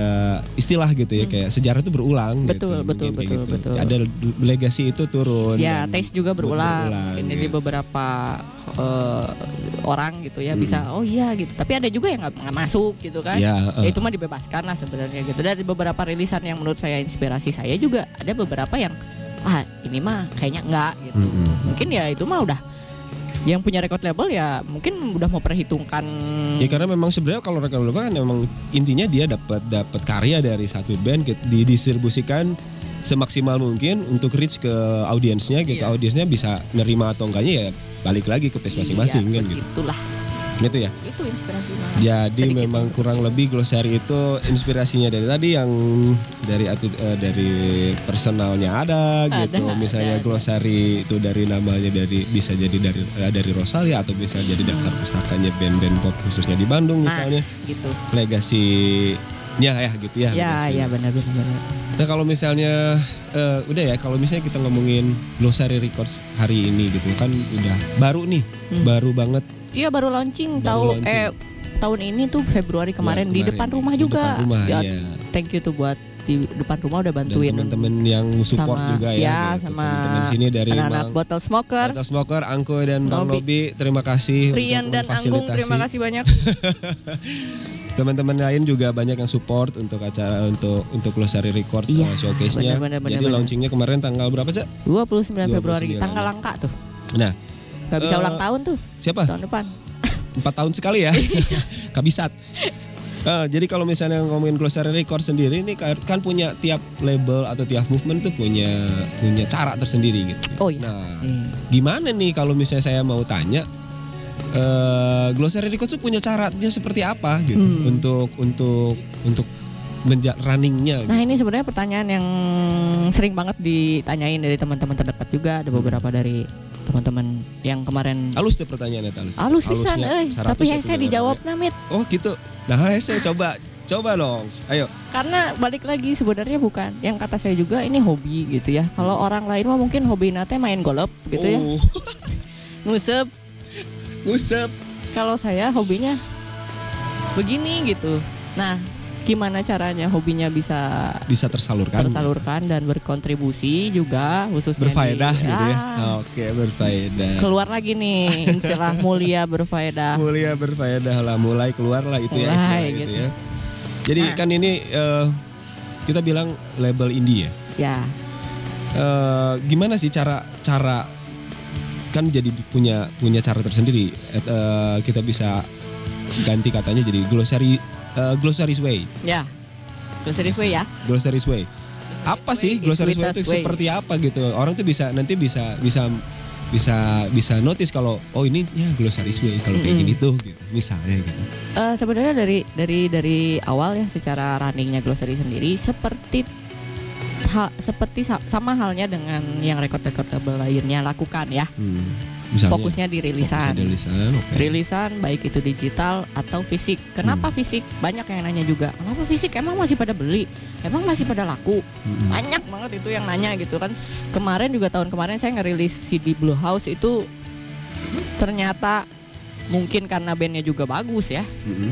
istilah gitu ya kayak sejarah itu berulang
Hmm. Betul,
gitu,
betul,
mungkin kayak
betul, betul.
ada legasi itu turun
Ya,
Oh, dan
tes juga berulang.
berulang,
Mungkin
gitu.
Jadi beberapa eh, orang gitu
Hmm.
ya bisa oh iya gitu. Tapi ada juga yang nggak- nggak masuk gitu kan.
Ya,
Ya,
eh.
itu mah dibebaskan lah sebenarnya gitu. Dari beberapa rilisan yang menurut saya inspirasi saya juga ada beberapa yang ah ini mah kayaknya enggak gitu.
Mm-mm.
Mungkin ya itu mah udah yang punya record label ya mungkin udah mau perhitungkan
Ya karena memang sebenarnya kalau rekan kan memang intinya dia dapat dapat karya dari satu band ke- didistribusikan semaksimal mungkin untuk reach ke audiensnya gitu.
Iya.
Audiensnya bisa nerima atau enggaknya ya balik lagi ke tes
Iya,
masing-masing kan gitu.
Itulah.
Gitu ya.
ya, Itu inspirasinya.
Jadi
Sedikit
memang
inspirasi.
kurang lebih glossary itu inspirasinya dari tadi yang dari atu- eh, dari personalnya ada,
Ada,
gitu.
ada,
Misalnya
ada.
glossary itu dari namanya dari bisa jadi dari eh, dari Rosalia atau bisa jadi daftar pustakanya band-band pop khususnya di Bandung
nah,
misalnya
gitu.
legasinya ya gitu
Ya,
ya. legasi.
ya benar benar. benar.
Nah kalau misalnya eh, udah ya kalau misalnya kita ngomongin glossary records hari ini gitu kan udah baru nih,
Hmm.
baru banget
Iya baru launching
Baru
tahu
launching.
eh tahun ini tuh Februari kemarin, di
Ya,
depan rumah
Di
juga.
depan rumah,
ya,
ya.
Thank you tuh buat di depan rumah udah
dan
bantuin
teman-teman yang support
sama-
juga ya,
ya,
kayak gitu.
sama
teman-teman sini dari
anak-anak
Mang
bottle smoker.
Atas Smoker, Angko dan Bang
Nobi.
Nobi, terima kasih untuk
Rian dan Anggung
memfasilitasi.
terima kasih banyak.
Teman-teman lain juga banyak yang support untuk acara untuk untuk Losari Records
Iya,
eh, showcase-nya.
benar, benar, benar,
Jadi
benar.
launchingnya kemarin tanggal berapa, Cak?
29 Februari
29.
tanggal langka tuh.
Nah,
Gak bisa
Eh,
ulang tahun tuh
siapa?
tahun depan.
empat tahun sekali ya
Iya.
kabisat Eh, jadi kalau misalnya ngomongin Glossary Record sendiri ini kan kan punya tiap label atau tiap movement tuh punya punya cara tersendiri gitu.
Oh iya.
Nah,
pasti.
Gimana nih kalau misalnya saya mau tanya eh Glossary Record tuh punya caranya seperti apa gitu
Hmm.
untuk untuk untuk menja runningnya
Nah
gitu.
ini sebenarnya pertanyaan yang sering banget ditanyain dari teman-teman terdekat juga
Hmm.
ada beberapa dari teman-teman yang kemarin
Halus deh pertanyaannya halus.
halus pisan
Halusnya
euy,
100
tapi
ya
yang saya
kedengarannya.
dijawab namit
Oh gitu. Nah, saya coba coba dong. Ayo.
karena balik lagi sebenarnya bukan yang kata saya juga ini hobi gitu ya kalau orang lain mah mungkin hobi nate main golop gitu ya
Hmm. Oh,
ngusep
Ngusep.
kalau saya hobinya begini gitu nah gimana caranya hobinya bisa
Bisa tersalurkan.
tersalurkan dan berkontribusi juga khususnya di-
berfaedah gitu ya. iya.
Ah,
Oke, berfaedah.
keluar lagi nih istilah mulia berfaedah
Mulia berfaedah lah, mulai keluar lah itu
Mulai,
ya istilah
gitu.
itu ya. Jadi
Nah.
kan ini eh, kita bilang label indie ya.
ya
Eh, gimana sih cara cara kan jadi punya punya cara tersendiri. Et- eh, kita bisa ganti katanya jadi glossary eh, glossary's way.
ya terus serius gue ya
Glossary's way. Apa
is
sih glossary's way
with
itu
us way.
seperti apa gitu? Orang tuh bisa nanti bisa bisa bisa bisa notice kalau oh ini ya glossary's way kalau kayak
Mm-mm.
gini tuh gitu. Misalnya gitu.
Eh, sebenarnya dari dari dari awal ya secara runningnya glossary sendiri seperti ha- seperti sa- sama halnya dengan yang record-record label lainnya lakukan ya
Hmm. Misalnya
fokusnya di rilisan
fokusnya di lisan, oke.
rilisan baik itu digital atau fisik kenapa fisik banyak yang nanya juga kenapa fisik emang masih pada beli emang masih pada laku
Mm-mm.
banyak banget itu yang nanya gitu kan S- kemarin juga tahun kemarin saya ngerilis CD Blue House itu ternyata mungkin karena bandnya juga bagus ya
Mm-mm.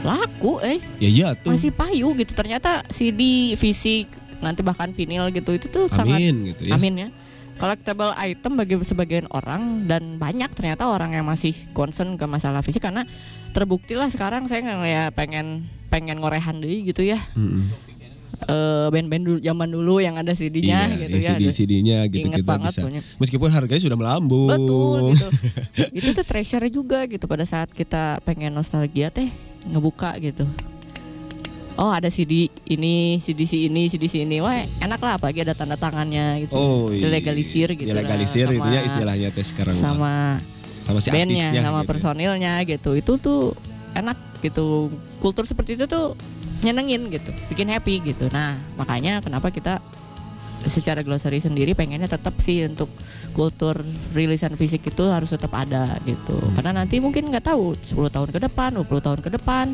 laku eh
Ya iya tuh.
masih payu gitu ternyata CD fisik nanti bahkan vinil gitu itu tuh sangat
Amin gitu ya.
amin ya collectible item bagi sebagian orang dan banyak ternyata orang yang masih concern ke masalah fisik karena terbuktilah sekarang saya nggak ya pengen pengen ngorehan deh gitu ya
Mm-mm.
Eh, band-band dulu, zaman dulu yang ada CD-nya
Iya,
gitu
yang
ya
CD,
Aduh,
CD-nya gitu
inget
kita
banget
bisa.
punya.
Meskipun harganya sudah melambung.
betul gitu itu tuh treasure juga gitu pada saat kita pengen nostalgia teh ngebuka gitu oh ada CD ini CD si ini CD si ini wah enak lah apalagi ada tanda tangannya gitu
Oh, iya.
Dilegalisir gitu lah,
Dilegalisir
sama-
itu ya istilahnya teh sekarang.
sama
sama si
bandnya
artisnya
sama
gitu.
personilnya gitu itu tuh enak gitu kultur seperti itu tuh nyenengin gitu bikin happy gitu nah makanya kenapa kita secara glossary sendiri pengennya tetap sih untuk kultur rilisan fisik itu harus tetap ada gitu
Hmm.
karena nanti mungkin nggak tahu 10 tahun ke depan 20 tahun ke depan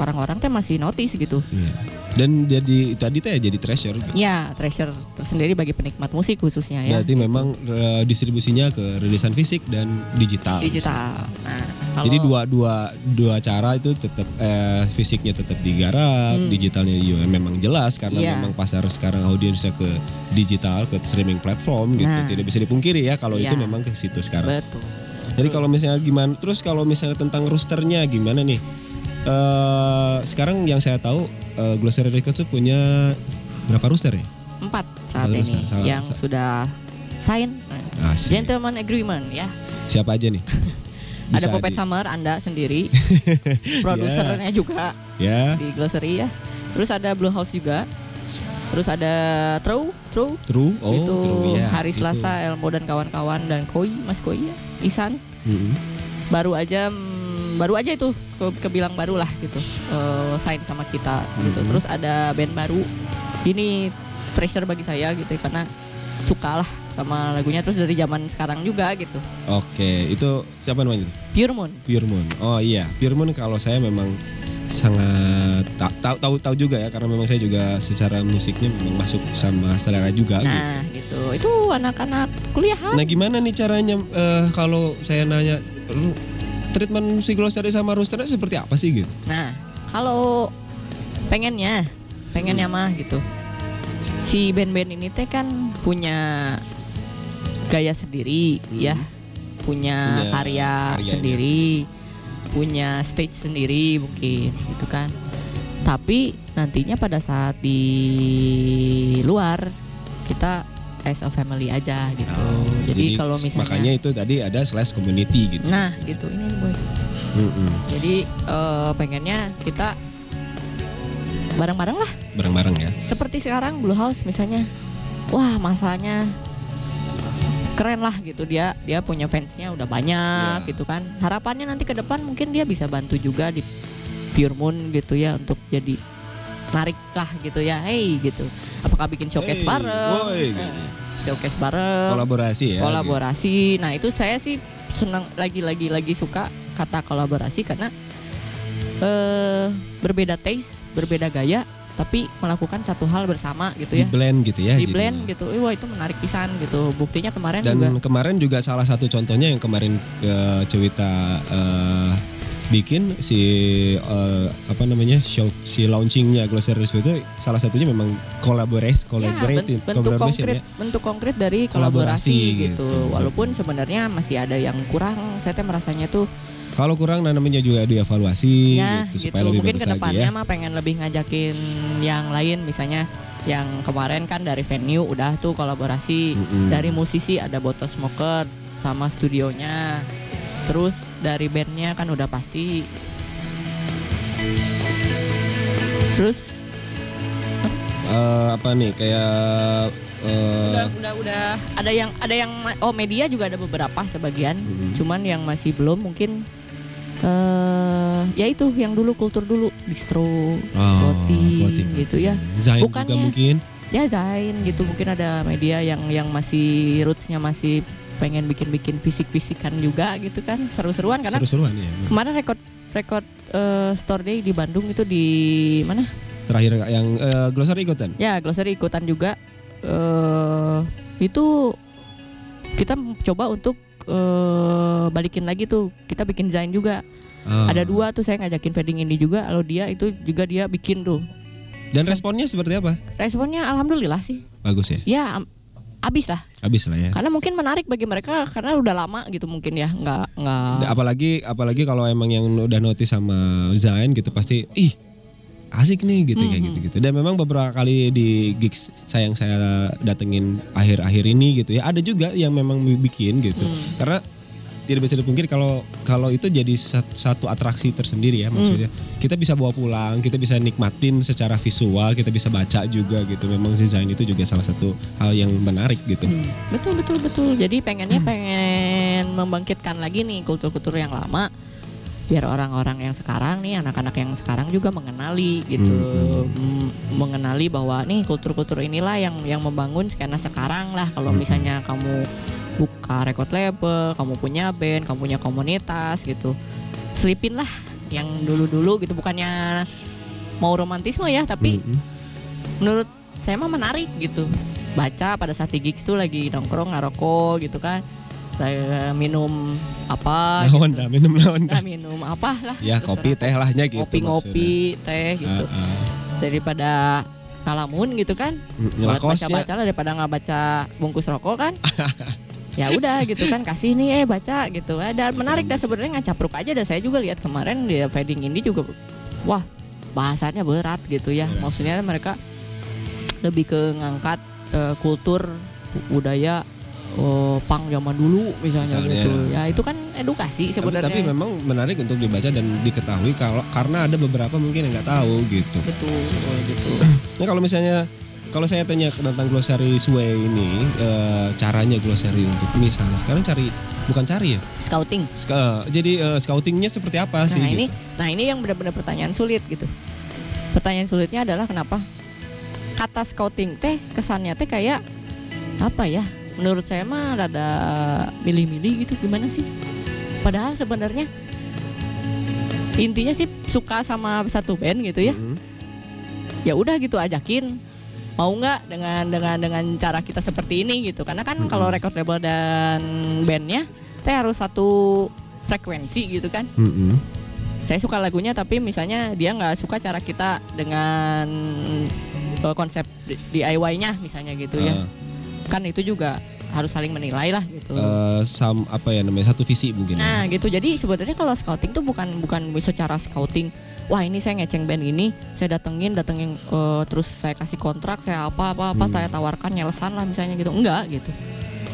orang-orang teh masih notice gitu
Iya. Dan jadi tadi teh jadi treasure. gitu.
ya treasure tersendiri bagi penikmat musik khususnya ya
Berarti memang eh, distribusinya ke rilisan fisik dan digital.
digital nah kalau
Jadi dua dua dua cara itu tetap eh, fisiknya tetap digarap, digitalnya juga memang jelas karena
Hmm. Iya.
memang pasar sekarang audiensnya ke digital, ke streaming platform gitu.
Nah.
Tidak bisa dipungkiri ya kalau itu
Iya.
memang ke situ sekarang.
betul
Jadi kalau misalnya gimana terus kalau misalnya tentang roosternya gimana nih? eh sekarang yang saya tahu eh, Glossary Records tuh punya berapa rooster ya?
empat saat
Salah,
ini
salah, salah,
yang
salah.
sudah sign
Asik.
gentleman agreement ya.
Siapa aja nih?
Ada
Bisa
Popet
di-
Summer Anda sendiri, produsernya juga
Ya.
di Glossary ya. Terus ada Blue House juga. Terus ada True, True.
True. Oh,
itu
true, ya,
hari
gitu.
Selasa Elmo dan kawan-kawan dan Koi, Mas Koi ya. Isan
Mm-mm.
baru aja mm, baru aja itu ke kebilang baru lah gitu. eh, sign sama kita gitu. Terus ada band baru. Ini treasure bagi saya gitu karena sukalah sama lagunya terus dari zaman sekarang juga gitu.
Oke, itu siapa namanya? tuh?
Pure Moon.
Pure Moon. Oh iya, Pure Moon kalau saya memang sangat ta- tahu tahu tahu juga ya karena memang saya juga secara musiknya memang masuk sama selera juga gitu.
Nah, gitu. Itu anak-anak kuliahan.
Nah gimana nih caranya eh, kalau saya nanya lu treatment si Glossary sama roosternya seperti apa sih gitu?
Nah, kalau pengennya, pengennya mah gitu. Si band-band ini teh kan punya gaya sendiri, ya. Punya
Punya
karya
karyanya
sendiri, punya stage sendiri mungkin, gitu kan. Tapi nantinya pada saat di luar kita as a family aja gitu. jadi, kalau misalnya
Oh, makanya itu tadi ada slash community gitu.
Nah, gitu. Ini boy.
Mm-mm,
Jadi eh, pengennya kita bareng-bareng lah.
bareng-bareng ya.
Seperti sekarang Blue House misalnya. Wah, masanya keren lah gitu dia dia punya fansnya udah banyak
Iya.
gitu kan harapannya nanti ke depan mungkin dia bisa bantu juga di Pure Moon gitu ya untuk jadi narik lah gitu ya hey gitu apakah bikin showcase
Hey,
bareng
woi, gitu.
Eh, showcase bareng
Kolaborasi ya.
kolaborasi. Nah itu saya sih senang lagi-lagi lagi suka kata kolaborasi karena eh berbeda taste, berbeda gaya, tapi melakukan satu hal bersama gitu ya.
Di blend gitu ya.
Di
jadinya.
blend gitu, Ih, wah itu menarik pisan gitu. Buktinya kemarin
Dan
juga.
kemarin juga salah satu contohnya yang kemarin eh, Cewita eh, bikin si eh, apa namanya show si launchingnya Glossary Review itu salah satunya memang collaborate
Ya,
collaborative
ben- bentuk
collaboration
konkret,
ya.
bentuk konkret dari kolaborasi,
Kolaborasi
gitu.
gitu.
Walaupun sebenarnya masih ada yang kurang, saya teh merasanya tuh
Kalau kurang nah, namanya juga dievaluasi
Ya gitu,
gitu, supaya lebih
mungkin
bagus lagi
kedepannya
ya.
mah pengen lebih ngajakin yang lain misalnya yang kemarin kan dari venue udah tuh kolaborasi
Mm-mm.
dari musisi ada Bottle Smoker sama studionya terus dari bandnya kan udah pasti terus
Eh, apa nih kayak eh,
udah udah udah ada yang ada yang ma- oh media juga ada beberapa sebagian
Mm-mm.
cuman yang masih belum mungkin eh ya itu yang dulu kultur dulu distro
oh,
voting,
voting.
gitu ya
Zain juga
Bukannya-
mungkin.
ya Zain gitu mungkin ada media yang yang masih rootsnya masih pengen bikin-bikin fisik-fisikan juga gitu kan seru-seruan karena
Seru-seruan ya.
kemarin rekor rekor eh, store day di Bandung itu di mana
Terakhir yang eh, Glossary ikutan.
ya glossary ikutan juga eh itu kita coba untuk eh, balikin lagi tuh kita bikin Zain juga
Ah.
ada dua tuh saya ngajakin Fading ini juga kalau dia itu juga dia bikin tuh
Dan responnya seperti apa?
Responnya alhamdulillah sih.
Bagus ya.
Ya am- abis lah.
Habis lah ya.
Karena mungkin menarik bagi mereka karena udah lama gitu mungkin ya nggak nggak.
Apalagi apalagi kalau emang yang udah notice sama Zain gitu pasti ih asik nih gitu kayak gitu-gitu. Dan memang beberapa kali di gigs saya yang saya datengin akhir-akhir ini gitu ya ada juga yang memang bikin gitu.
Mm.
Karena tidak bisa dipungkiri kalau kalau itu jadi sat- satu atraksi tersendiri ya maksudnya.
Mm.
Kita bisa bawa pulang, kita bisa nikmatin secara visual, kita bisa baca juga gitu. Memang si Zain itu juga salah satu hal yang menarik gitu.
Betul betul betul. Jadi pengennya pengen membangkitkan lagi nih kultur-kultur yang lama biar orang-orang yang sekarang nih anak-anak yang sekarang juga mengenali gitu M- mengenali bahwa nih kultur-kultur inilah yang yang membangun skena sekarang lah kalau misalnya kamu buka record label kamu punya band kamu punya komunitas gitu selipin lah yang dulu-dulu gitu bukannya mau romantisme ya tapi
Mm-mm.
menurut saya mah menarik gitu baca pada saat di gigs tuh lagi nongkrong ngerokok gitu kan saya minum apa gitu.
Lawan dah, minum lawan dah.
Nah, minum apa lah
Nah, Ya
terserah.
kopi teh lahnya gitu.
kopi-ngopi teh gitu
maksudnya. Ah,
daripada kalamun gitu kan
ah. Mm,
buat
ngelakos ya.
baca-baca lah daripada nggak baca bungkus rokok kan ya udah gitu kan kasih nih eh baca gitu Eh, dan menarik dah sebenarnya ngacapruk aja dah saya juga lihat kemarin di fading ini juga wah bahasanya berat gitu ya
Berat.
maksudnya mereka lebih ke ngangkat eh, kultur bu- budaya eh, pang zaman dulu misalnya,
Misalnya,
gitu ya
misalnya.
itu kan edukasi
Tapi-
sebenarnya
Tapi, memang menarik untuk dibaca dan diketahui kalau karena ada beberapa mungkin yang nggak tahu gitu.
betul gitu
Nah kalau misalnya kalau saya tanya tentang glossary Sue ini eh, caranya glossary untuk misalnya sekarang cari bukan cari ya.
scouting
Ska- jadi eh, scoutingnya seperti apa sih?
Nah ini,
gitu?
nah ini yang benar-benar pertanyaan sulit gitu. Pertanyaan sulitnya adalah kenapa kata scouting teh kesannya teh kayak apa ya? Menurut saya mah rada milih-milih gitu gimana sih? Padahal sebenarnya intinya sih suka sama satu band gitu ya.
Mm-mm.
Ya udah gitu ajakin mau nggak dengan dengan dengan cara kita seperti ini gitu karena kan
Mm-mm.
kalau record label dan bandnya teh harus satu frekuensi gitu kan
Mm-mm.
saya suka lagunya tapi misalnya dia nggak suka cara kita dengan eh, konsep DIY-nya misalnya gitu ya
Eh,
kan itu juga harus saling menilai lah gitu
eh, sam apa ya namanya satu visi mungkin. ya.
nah gitu jadi sebenarnya kalau scouting tuh bukan bukan secara scouting wah ini saya ngeceng band ini saya datengin datengin eh, terus saya kasih kontrak saya apa apa apa
Hmm.
saya tawarkan nyelesan lah misalnya gitu enggak gitu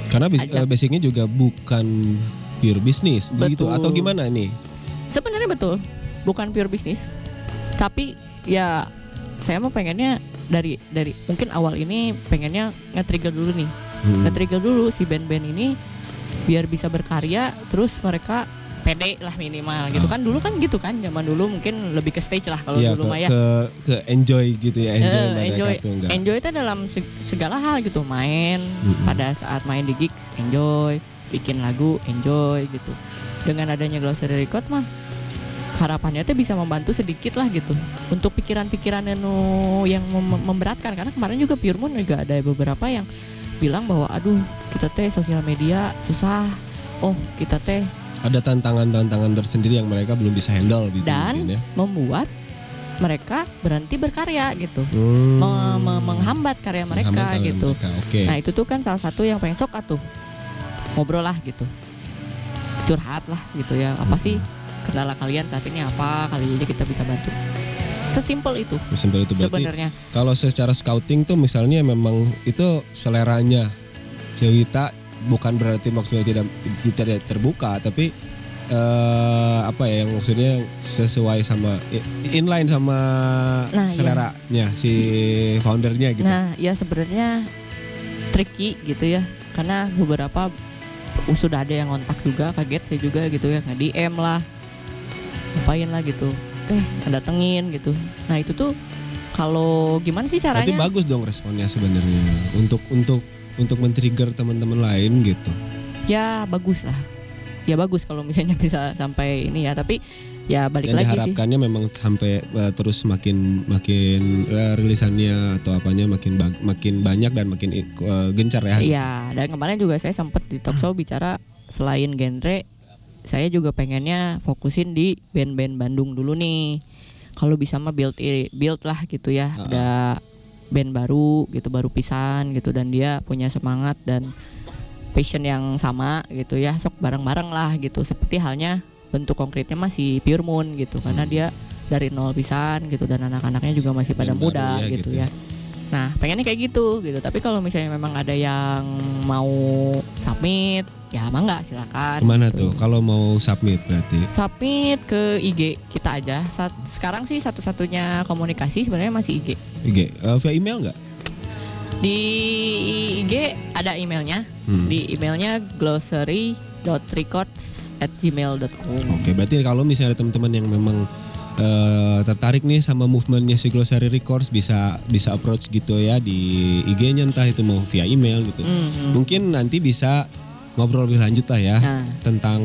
Karena bis-
Ajak.
eh, basicnya juga bukan pure bisnis begitu
Betul.
atau gimana nih?
sebenarnya betul bukan pure bisnis tapi ya saya mau pengennya dari dari mungkin awal ini pengennya nge-trigger dulu nih
Mm.
nge-trigger dulu si band-band ini biar bisa berkarya terus mereka pede lah minimal gitu kan dulu kan gitu kan zaman dulu mungkin lebih ke stage lah kalau
Ah. Iya,
dulu
ke,
mah ya
ke ke enjoy gitu ya enjoy
Eh,
mereka
enjoy,
tuh enggak
enjoy itu dalam seg- segala hal gitu main
Mm-mm.
pada saat main di gigs enjoy bikin lagu enjoy gitu dengan adanya glossary record mah harapannya tuh bisa membantu sedikit lah gitu untuk pikiran-pikiran anu yang mem- memberatkan karena kemarin juga Pure Moon juga ada beberapa yang bilang bahwa aduh kita teh sosial media susah oh kita teh
ada tantangan-tantangan tersendiri yang mereka belum bisa handle gitu
Dan-
mungkin ya.
membuat mereka berhenti berkarya gitu
Hmm.
Me- me- menghambat karya mereka
Menghambat tangan
gitu
mereka, Oke.
Nah itu tuh kan salah satu yang pengen sok atuh ngobrol lah gitu, curhat lah gitu ya. Apa sih kendala kalian saat ini apa kali aja kita bisa bantu. Sesimpel itu
Sesimpel itu berarti gitu.
sebenarnya.
kalau secara scouting tuh misalnya memang itu seleranya cerita bukan berarti maksudnya tidak tidak terbuka tapi eh, apa ya yang maksudnya sesuai sama i- inline sama
Nah, iya.
seleranya si foundernya gitu.
Nah ya sebenarnya tricky gitu ya karena beberapa sudah ada yang kontak juga kaget saya juga gitu ya nggak DM lah ngapain lah gitu eh datengin gitu nah itu tuh kalau gimana sih
Berarti
caranya
bagus dong responnya sebenarnya untuk untuk untuk men-trigger teman-teman lain gitu.
ya bagus lah ya bagus kalau misalnya bisa sampai ini ya tapi ya balik
Dan
lagi sih
diharapkannya memang sampai eh, terus makin makin eh, rilisannya atau apanya makin bag- makin banyak dan makin eh, gencar ya.
Iya, dan kemarin juga saya sempat di talk show bicara selain genre, saya juga pengennya fokusin di band-band Bandung dulu nih. kalau bisa mah build i- build lah gitu ya
Heeh.
ada band baru gitu baru pisan gitu dan dia punya semangat dan passion yang sama gitu ya sok bareng-bareng lah gitu seperti halnya bentuk konkretnya masih Pure Moon gitu karena
Hmm.
dia dari nol pisan gitu dan anak-anaknya juga masih pada
Band
muda
baru
gitu
ya, gitu.
ya nah pengennya kayak gitu gitu tapi kalau misalnya memang ada yang mau submit ya emang nggak silakan
Kemana
gitu.
tuh? Kalau mau submit berarti.
submit ke IG kita aja. Saat, sekarang sih satu-satunya komunikasi sebenarnya masih IG.
IG, Eh, via email nggak?
Di IG ada emailnya.
Hmm.
Di emailnya glossary.records@gmail.com.
Oke, berarti kalau misalnya ada teman-teman yang memang eh, tertarik nih sama movementnya si Glossary Records bisa bisa approach gitu ya di IG-nya entah itu mau via email gitu.
Mhm.
Mungkin nanti bisa ngobrol lebih lanjut lah ya
Nah.
tentang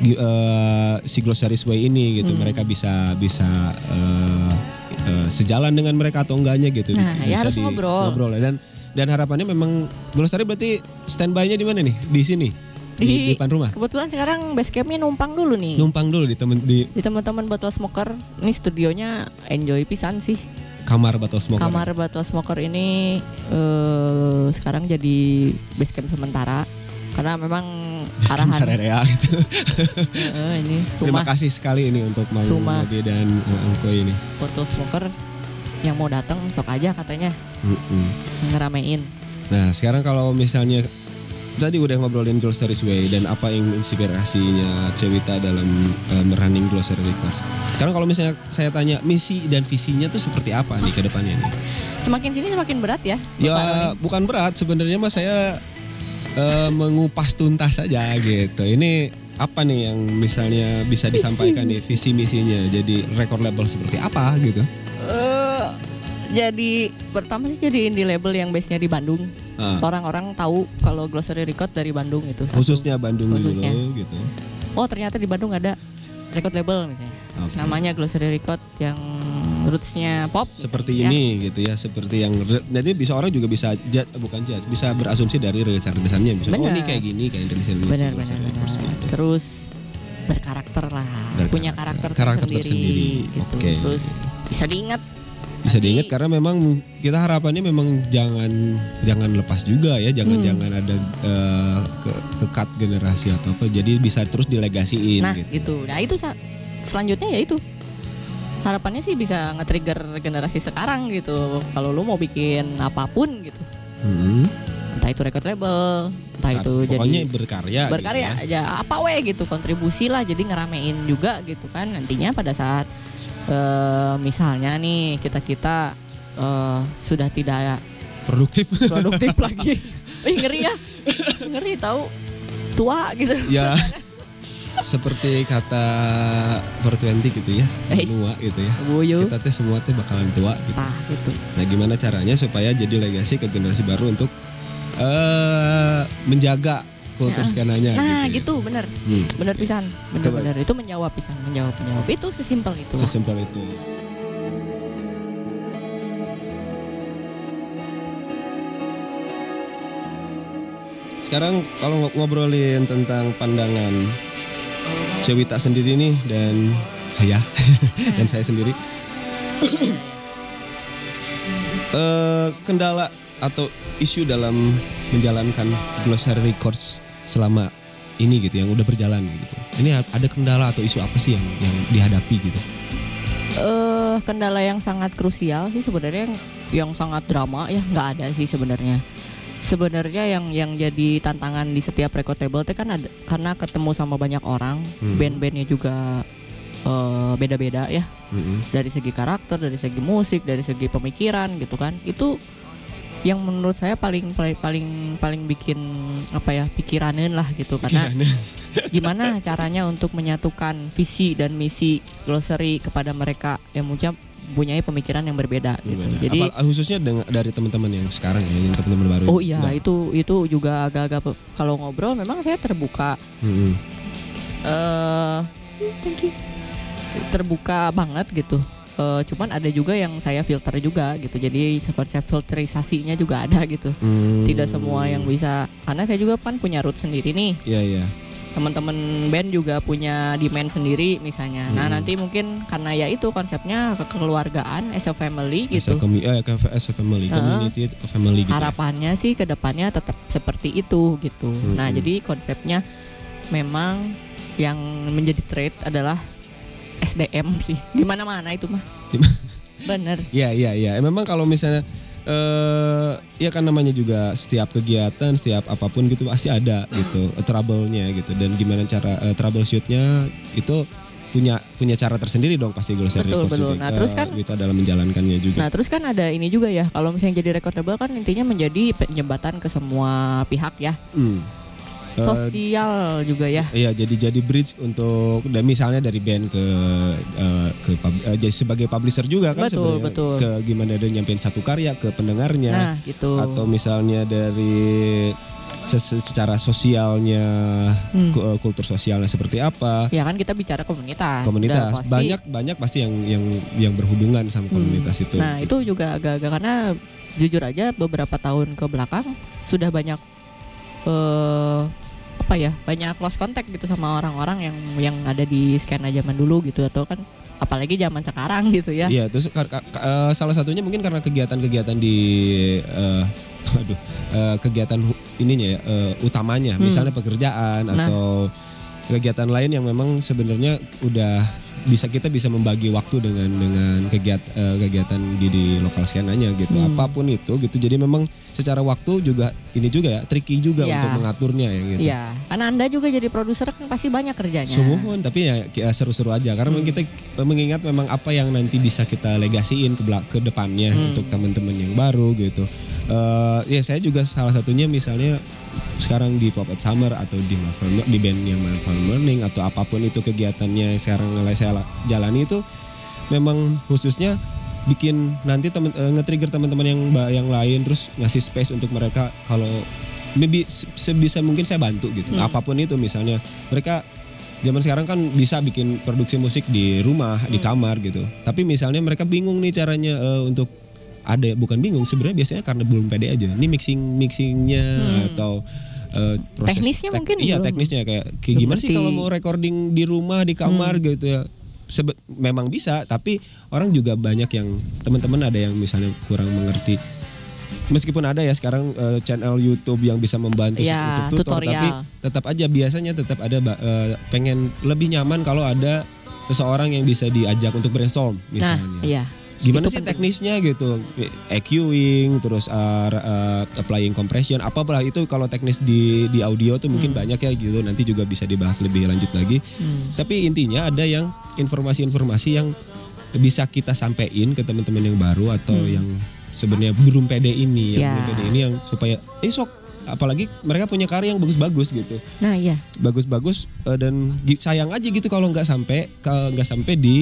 gi- eh, si Glossary Way ini gitu.
Hmm.
Mereka bisa bisa eh, eh, sejalan dengan mereka atau enggaknya gitu.
Nah,
Bisa
ya harus
di-
ngobrol.
ngobrol ya. dan dan harapannya memang Glossary berarti standby-nya di mana nih? Di sini. Di, di depan rumah.
Kebetulan sekarang basecampnya numpang dulu nih.
Numpang dulu di temen di
Di teman-teman Bottle Smoker, ini studionya enjoy pisan sih.
kamar Battle Smoker.
Kamar Bottle Smoker ini eh, sekarang jadi basecamp sementara karena memang
Basecamp
arahan
Sararea gitu.
eh, ini
Terima
rumah
kasih sekali ini untuk Mang
Rumah.
Robi dan Angko ini.
bottle smoker yang mau datang sok aja katanya
Mm-mm.
ngeramein.
Nah sekarang kalau misalnya tadi udah ngobrolin Glossary's Way dan apa yang inspirasinya Cewita dalam eh, merunning Glossary Records. Sekarang kalau misalnya saya tanya misi dan visinya tuh seperti apa nih ke depannya nih?
Semakin sini semakin berat ya.
Ya bukan berat sebenarnya mas saya eh, mengupas tuntas saja gitu. Ini apa nih yang misalnya bisa disampaikan nih visi misinya? Jadi record label seperti apa gitu?
Eh, jadi pertama sih jadi indie label yang base-nya di Bandung.
Ah, Oh,
Orang-orang tahu kalau Glossary Record dari Bandung itu.
khususnya Bandung
Khususnya.
dulu gitu.
Oh ternyata di Bandung ada record label misalnya.
Oke.
Namanya Glossary Record yang rootsnya pop. misalnya,
Seperti
ya.
ini gitu ya, seperti yang jadi bisa orang juga bisa judge bukan judge, bisa berasumsi dari rilisan-rilisannya. Bisa, Oh
Benar.
ini kayak gini kayak rilisan
Benar benar benar.
Gitu.
Terus berkarakter lah,
Berkarakter.
punya karakter,
Karakter
tersendiri,
tersendiri.
gitu.
Oke.
Terus bisa diingat.
bisa
Nanti-
diingat kan? karena memang kita harapannya memang jangan jangan lepas juga ya jangan
Hmm.
jangan ada eh, ke kekat generasi atau apa jadi bisa terus dilegasiin
Nah
gitu.
gitu. Nah itu sa- selanjutnya ya itu harapannya sih bisa nge-trigger generasi sekarang gitu. Kalau lu mau bikin apapun gitu,
Hmm.
entah itu record label, entah Nah, itu
pokoknya
jadi
berkarya gitu
berkarya
ya.
aja apa we gitu kontribusi lah jadi ngeramein juga gitu kan nantinya pada saat eh, misalnya nih kita kita eh, sudah tidak
produktif
produktif lagi, Ih, ngeri ya, ngeri tahu tua gitu.
ya seperti kata 420 gitu ya
Eish.
tua gitu ya
Boyo,
kita teh semua teh bakalan tua gitu
tah gitu.
nah gimana caranya supaya jadi legasi ke generasi baru untuk eh menjaga
Ya.
kultur skenanya
Nah
gitu,
gitu bener
Hmm.
Bener pisan,
Coba.
bener-bener itu menjawab pisan, menjawab menjawab itu sesimpel itu.
sesimpel itu ya. sekarang kalau ngo- ngobrolin tentang pandangan Cewita sendiri nih dan saya dan saya sendiri eh kendala atau isu dalam menjalankan Glossary Records selama ini gitu yang udah berjalan gitu. Ini a- ada kendala atau isu apa sih yang yang dihadapi gitu?
Eh kendala yang sangat krusial sih sebenarnya yang, yang sangat drama ya nggak ada sih sebenarnya. Sebenarnya yang yang jadi tantangan di setiap record label itu kan ada karena ketemu sama banyak orang,
Hmm.
band-bandnya juga eh, beda-beda ya dari segi karakter, dari segi musik, dari segi pemikiran gitu kan. Itu yang menurut saya paling paling paling paling bikin apa ya pikiranin lah gitu
Iya.
karena gimana caranya untuk menyatukan visi dan misi glossary kepada mereka yang punya punya pemikiran yang berbeda gitu.
Gimana?
Jadi
Apa- khususnya dengan- dari teman-teman yang sekarang ya, yang teman-teman baru.
oh iya
Enggak.
itu itu juga agak-agak pe- kalau ngobrol memang saya terbuka
Mm-mm.
eh terbuka banget gitu. Eh, cuman ada juga yang saya filter juga gitu. Jadi konsep filterisasinya juga ada gitu.
Hmm.
Tidak semua yang bisa karena saya juga kan punya root sendiri nih.
Iya iya.
teman-teman band juga punya demand sendiri misalnya.
Hmm.
Nah nanti mungkin karena ya itu konsepnya kekeluargaan, as a family
As a
gitu.
commu- eh, as a family,
Heeh.
community of family gitu.
Harapannya sih kedepannya tetap seperti itu gitu. Nah
Mhm.
jadi konsepnya memang yang menjadi trait adalah SDM sih. Di mana-mana itu mah. Bener.
Iya iya iya. Eh, Memang kalau misalnya eh ya kan namanya juga setiap kegiatan, setiap apapun gitu pasti ada gitu eh, trouble-nya gitu dan gimana cara eh, troubleshoot-nya itu punya punya cara tersendiri dong pasti Glossary
Betul,
Records
betul.
juga.
Nah, terus
Eh,
kan-
itu adalah menjalankannya juga.
Nah terus kan ada ini juga ya kalau misalnya jadi recordable kan intinya menjadi penyebatan ke semua pihak ya
Hmm. Eh,
sosial juga ya
Iya jadi jadi bridge untuk dan misalnya dari band ke eh, ke pub- eh, jadi sebagai publisher juga kan
Betul,
sebenarnya.
betul.
ke gimana dia nyampein satu karya ke pendengarnya
nah gitu
iya. atau misalnya dari ses- secara sosialnya
Hmm.
ku- eh, kultur sosialnya seperti apa
ya kan kita bicara komunitas udah
komunitas
pasti.
banyak banyak pasti yang yang yang berhubungan sama
Hmm.
komunitas itu
nah itu juga agak-agak karena jujur aja beberapa tahun ke belakang sudah banyak eh apa ya banyak lost contact gitu sama orang-orang yang yang ada di skena zaman dulu gitu atau kan apalagi zaman sekarang gitu ya
Iya, terus kar- kar- ka- eh, salah satunya mungkin karena kegiatan-kegiatan di eh, aduh, eh, kegiatan hu- ininya ya, eh, utamanya,
Hmm.
misalnya pekerjaan
Nah.
atau kegiatan lain yang memang sebenarnya udah bisa kita bisa membagi waktu dengan dengan kegiatan kegiatan di, di lokal skenanya gitu.
Hmm.
Apapun itu gitu. Jadi memang secara waktu juga ini juga ya tricky juga
Iya.
untuk mengaturnya ya gitu.
Iya, karena anda juga jadi produser kan pasti banyak kerjanya.
Sumuhun tapi ya ki- seru-seru aja karena
Hmm.
memang kita mengingat memang apa yang nanti bisa kita legasiin ke belak- ke depannya
Hmm.
untuk teman-teman yang baru gitu. Eh, ya saya juga salah satunya misalnya sekarang di Pop at Summer atau di Malcolm, di band yang Malcolm Learning atau apapun itu kegiatannya yang sekarang mulai saya la- jalani itu memang khususnya bikin nanti temen, eh, nge-trigger teman-teman yang ba- yang lain terus ngasih space untuk mereka kalau maybe se- sebisa mungkin saya bantu gitu.
Hmm.
Apapun itu misalnya mereka zaman sekarang kan bisa bikin produksi musik di rumah, di
Hmm.
kamar gitu. Tapi misalnya mereka bingung nih caranya eh, untuk ada bukan bingung sebenarnya biasanya karena belum pede aja. Ini mixing mixingnya atau eh, proses
Hmm. Teknisnya mungkin
iya
belum-
teknisnya kayak, kayak
belum
gimana sih
ngerti. Hmm.
kalau mau recording di rumah di kamar gitu ya. Sebe- memang bisa tapi orang juga banyak yang teman-teman ada yang misalnya kurang mengerti meskipun ada ya sekarang eh, channel YouTube yang bisa membantu
Ya,
untuk tutor,
tutorial.
tapi tetap aja biasanya tetap ada ba- eh, pengen lebih nyaman kalau ada seseorang yang bisa diajak untuk brainstorm
Nah,
misalnya.
iya.
Gimana
Itu
sih
penting.
teknisnya gitu, EQing, terus eh, ra- eh, applying compression, apalah itu kalau teknis di di audio tuh mungkin banyak ya gitu. Nanti juga bisa dibahas lebih lanjut lagi.
Hmm.
Tapi intinya ada yang informasi-informasi yang bisa kita sampein ke teman-teman yang baru atau yang sebenarnya belum pede ini,
Hmm.
yang
Ya.
belum pede ini yang supaya eh sok apalagi mereka punya karya yang bagus-bagus gitu.
Nah, iya.
Bagus-bagus eh, dan gi- sayang aja gitu kalau nggak sampai kalau nggak sampai di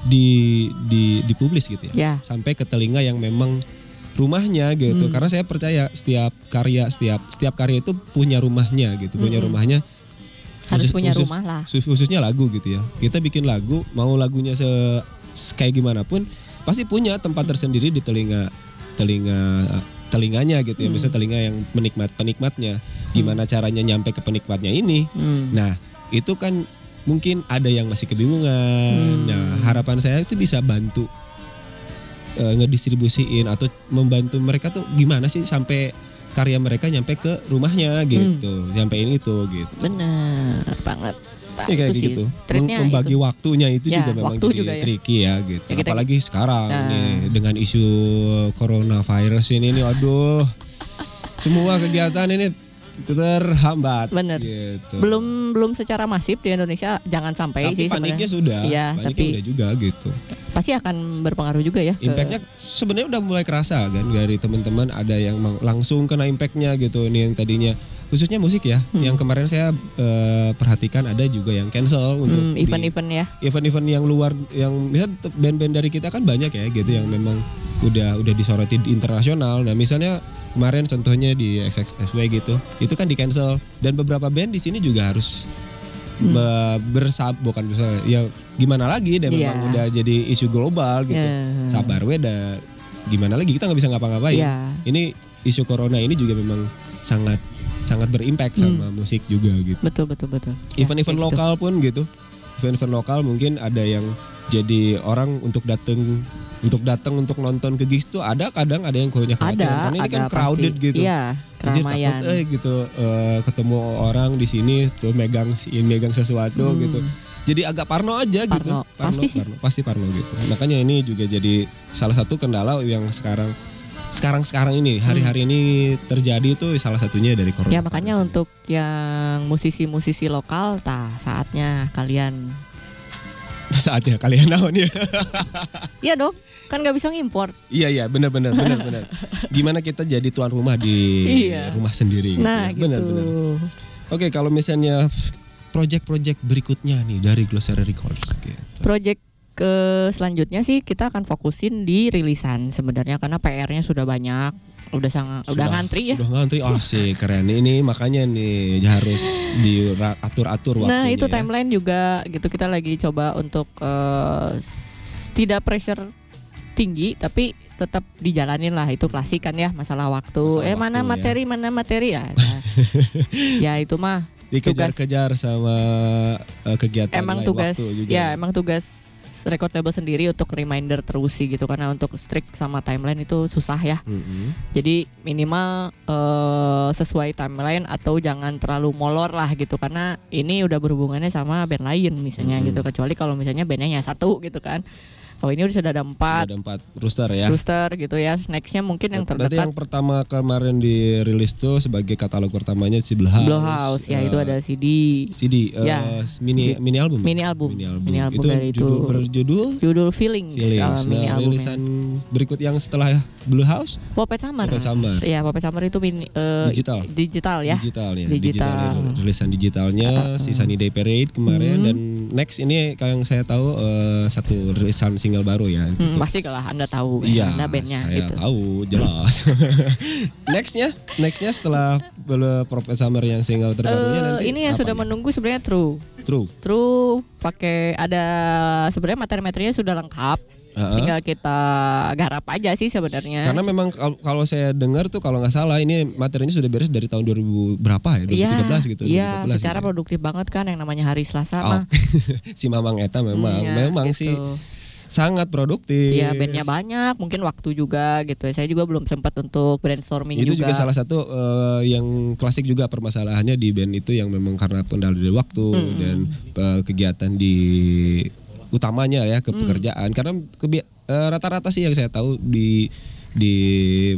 di di dipublis gitu ya.
Ya.
Sampai ke telinga yang memang rumahnya gitu.
Hmm.
Karena saya percaya setiap karya setiap setiap karya itu punya rumahnya gitu, punya rumahnya
Hmm. Harus
Khusus-
punya
khusus-
rumah lah.
khusus- khususnya lagu gitu ya kita bikin lagu mau lagunya se se- kayak gimana pun pasti punya tempat tersendiri di telinga telinga telinganya gitu ya
Hmm.
misalnya telinga yang menikmat penikmatnya gimana caranya nyampe ke penikmatnya ini
Hmm.
nah itu kan mungkin ada yang masih
Hmm.
kebingungan nah harapan saya itu bisa bantu eh, ngedistribusiin atau membantu mereka tuh gimana sih sampai karya mereka nyampe ke rumahnya
Hmm.
gitu nyampein itu gitu
Bener banget. Nah,
Ya kayak
itu sih.
gitu.
Triknya
Mem- Membagi
itu.
waktunya itu
Ya,
juga memang
waktu
tri-
juga ya.
tricky ya gitu.
Ya, kita-
Apalagi sekarang
Nah.
nih dengan isu coronavirus ini nih aduh. semua kegiatan ini terhambat
Bener.
gitu.
Belum belum secara masif di Indonesia jangan sampai sih
tapi paniknya
sebenarnya.
sudah,
Iya,
paniknya
tapi-
udah juga gitu.
Pasti akan berpengaruh juga ya. ke-
Impactnya sebenarnya udah mulai kerasa kan dari teman-teman ada yang mang- langsung kena impactnya gitu ini yang tadinya khususnya musik ya.
Hmm.
Yang kemarin saya eh, perhatikan ada juga yang cancel untuk
Hmm,
di-
event-event ya.
event-event yang luar yang misal band-band dari kita kan banyak ya gitu yang memang udah udah disoroti di internasional. Nah, misalnya kemarin contohnya di XXSW gitu, itu kan di cancel dan beberapa band di sini juga harus
Hmm.
be- bersab bukan bisa ya gimana lagi dan
Iya.
memang udah jadi isu global gitu.
Ya.
Sabar weda gimana lagi kita nggak bisa ngapa-ngapain.
Iya.
Ini isu corona ini juga memang sangat sangat berimpact
Hmm.
sama musik juga gitu.
betul betul betul Ya, kayak
Event-event
gitu.
lokal pun gitu. Event-event lokal mungkin ada yang jadi orang untuk datang untuk datang untuk nonton ke gigs tuh ada kadang ada yang punya
ada
kekhawatiran karena ini
ada
kan crowded
pasti.
gitu.
iya
Anjir,
keramaian
takut eh gitu eh, ketemu orang di sini tuh megang si- megang sesuatu
Hmm.
gitu. Jadi agak parno aja gitu.
Parno. Pasti sih.
parno, pasti parno gitu. Makanya ini juga jadi salah satu kendala yang sekarang sekarang sekarang ini hari-hari ini terjadi itu salah satunya dari corona.
Hmm. Ya makanya untuk yang musisi-musisi lokal, tah saatnya kalian.
saatnya kalian naon ya.
Iya dong, kan nggak bisa ngimpor.
iya iya benar benar benar benar. Gimana kita jadi tuan rumah di
Iya.
rumah sendiri gitu.
Nah
ya.
gitu.
Benar benar. Oke, kalau misalnya project-project berikutnya nih dari Glossary Records gitu.
Project ke selanjutnya sih kita akan fokusin di rilisan sebenarnya karena PR-nya sudah banyak, udah sangat udah
Sudah.
ngantri ya.
Udah ngantri, oh sih keren ini makanya nih ya harus diatur-atur waktunya.
Nah itu
ya.
timeline juga gitu kita lagi coba untuk eh, s- tidak pressure tinggi tapi tetap dijalanin lah itu klasik kan ya masalah waktu.
Masalah
eh mana
waktu, ya.
materi mana materi ya. ya itu mah
Dikejar-kejar sama eh, kegiatan
emang
lain
tugas
waktu juga.
ya emang tugas record label sendiri untuk reminder terus sih gitu karena untuk strict sama timeline itu susah ya.
Mm-mm.
Jadi minimal eh, sesuai timeline atau jangan terlalu molor lah gitu karena ini udah berhubungannya sama band lain misalnya
Mhm.
gitu kecuali kalau misalnya bandnya hanya satu gitu kan. Kalau ini udah sudah ada empat
Ada empat rooster ya.
rooster gitu ya. Snacksnya mungkin yang
Berarti
terdekat
yang pertama kemarin dirilis tuh sebagai katalog pertamanya si Blue House.
Blowhouse ya
Eh,
itu ada CD
CD eh,
Ya. Si-
mini, mini album.
mini album. Mini album
itu
dari itu.
judul, berjudul
judul Feelings, eh,
Feelings.
mini
nah,
albumnya.
rilisan berikut yang setelah Blue House
Puppet Summer.
Puppet Summer.
Iya, Puppet Summer itu mini, eh,
Digital.
digital ya.
digital ya
Digital. Uh,
ya. rilisan digitalnya si Sunny Day Parade kemarin
Hmm.
dan next ini kalau yang saya tahu eh, satu rilisan single baru ya
Hmm, pasti kalah Anda tahu ya,
Iya,
Anda bandnya
saya
gitu.
tahu jelas. nextnya, nextnya setelah Bele Prophet Summer yang single terbarunya
Eh,
nanti
ini yang
apa
sudah
nih?
menunggu sebenarnya True.
True.
True pakai ada sebenarnya materi-materinya sudah lengkap.
Heeh.
Tinggal kita garap aja Iya, sih sebenarnya.
Karena memang kal- kalau saya dengar tuh kalau nggak salah ini materinya sudah beres dari tahun 2000 berapa ya? 2013 gitu.
Iya,
2014
secara
gitu.
produktif banget kan yang namanya hari Selasa
Oh,
mah.
si Mamang Eta memang
Iya,
memang
gitu.
sih sangat produktif.
Iya, bandnya banyak, mungkin waktu juga gitu. Saya juga belum sempat untuk brainstorming
itu juga, salah satu eh, yang klasik juga permasalahannya di band itu yang memang karena kendala dari waktu dan eh, kegiatan di utamanya ya
Mm.
ke pekerjaan karena kebi- eh, rata-rata sih yang saya tahu di di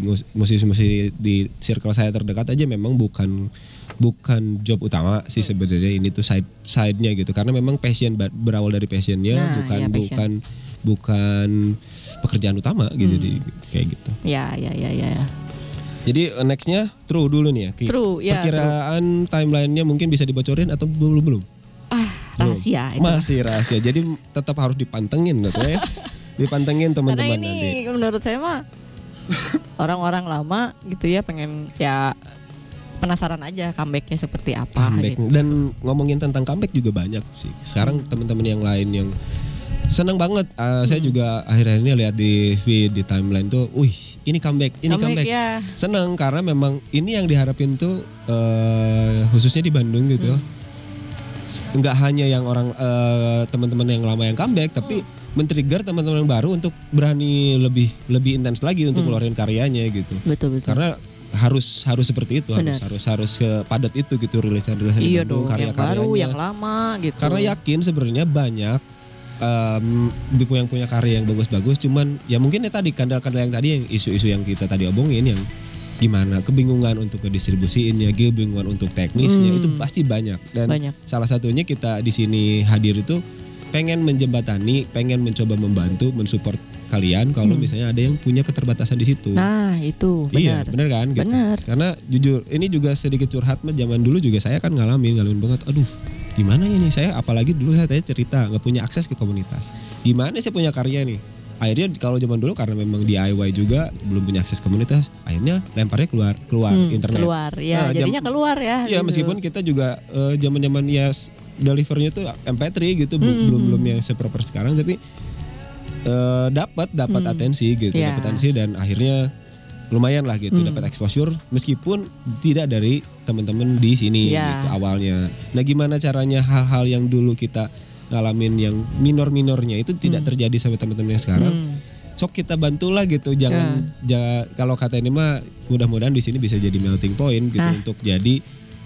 mus- musisi-musisi di circle saya terdekat aja memang bukan bukan job utama
Mm.
sih sebenarnya ini tuh side side-nya gitu karena memang passion ba- berawal dari passionnya
Nah,
bukan
iya, passion.
bukan bukan pekerjaan utama gitu
Mm.
di- kayak gitu
Ya, ya, ya, ya. ya.
jadi eh, nextnya True dulu nih ya. Ki.
True, ya,
Perkiraan timelinenya mungkin bisa dibocorin atau belum belum?
Ah,
Belum.
rahasia itu.
Masih rahasia. Jadi tetap harus dipantengin, gitu ya. Dipantengin
Karena
teman-teman nanti.
ini menurut saya mah orang-orang lama gitu ya pengen ya penasaran aja comebacknya seperti apa
Comeback.
gitu.
Dan ngomongin tentang comeback juga banyak sih. Sekarang teman-teman yang lain yang seneng banget. Eh,
Hmm.
Saya juga akhir-akhir ini lihat di feed di timeline tuh, wih ini comeback, ini comeback.
ya.
Seneng karena memang ini yang diharapin tuh eh, khususnya di Bandung gitu.
Hmm.
Nggak hanya yang orang eh, teman-teman yang lama yang comeback tapi
Hmm.
men-trigger teman-teman yang baru untuk berani lebih lebih intens lagi untuk
Hmm.
ngeluarin karyanya gitu.
Betul betul.
Karena harus harus seperti itu harus
Benar.
harus harus sepadat itu gitu rilisan rilisan
Iya dong, yang
karya-karyanya.
baru, yang lama gitu.
Karena ya- yakin sebenarnya banyak em, bu- yang punya karya yang bagus-bagus, cuman ya mungkin ya tadi kandal-kandal yang tadi yang isu-isu yang kita tadi obongin yang gimana kebingungan untuk ngedistribusiinnya, kebingungan untuk teknisnya
Hmm.
itu pasti banyak dan
Banyak.
salah satunya kita di sini hadir itu pengen menjembatani, pengen mencoba membantu, mensupport kalian kalau
Hmm.
misalnya ada yang punya keterbatasan di situ.
Nah, itu benar.
Iya, benar kan? gitu.
Benar.
Karena jujur, ini juga sedikit curhat mah zaman dulu juga saya kan ngalamin, ngalamin banget. Aduh, gimana ya nih saya apalagi dulu saya tadi cerita nggak punya akses ke komunitas. Gimana saya punya karya nih? Akhirnya kalau zaman dulu karena memang DIY juga belum punya akses komunitas, akhirnya lemparnya keluar keluar
Hmm,
internet.
keluar ya,
Nah, jam-
jadinya keluar ya.
Iya,
gitu.
meskipun kita juga eh, zaman-zaman ya s- delivernya tuh MP3 gitu, bu-
Hmm,
belum belum yang seproper sekarang tapi eh, dapat dapat atensi
Iya.
gitu,
Hmm.
dapat atensi dan akhirnya lumayan lah gitu, dapat exposure meskipun tidak dari teman-teman di sini
Iya.
gitu awalnya. Nah, gimana caranya hal-hal yang dulu kita ngalamin yang minor-minornya itu tidak terjadi sama teman-teman yang sekarang.
Hmm.
Sok kita bantulah gitu, jangan
Ya.
ja- kalau kata ini mah mudah-mudahan di sini bisa jadi melting point gitu
Nah.
untuk jadi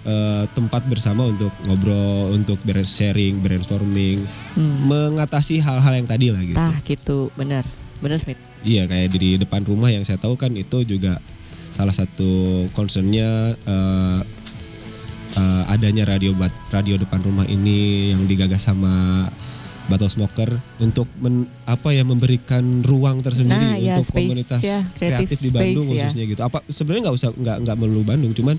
eh, tempat bersama untuk ngobrol, untuk ber- sharing, brainstorming,
Hmm.
mengatasi hal-hal yang tadi lah gitu.
Tah gitu, bener, bener Smith.
Iya kayak di depan rumah yang saya tahu kan itu juga salah satu concernnya eh, eh, adanya radio bat, radio depan rumah ini yang digagas sama Battle Smoker untuk men- apa ya memberikan ruang
Nah,
tersendiri
ya,
untuk
space
komunitas
ya, creative
kreatif di Bandung
space ya.
khususnya gitu. Apa sebenarnya nggak usah nggak nggak melulu Bandung cuman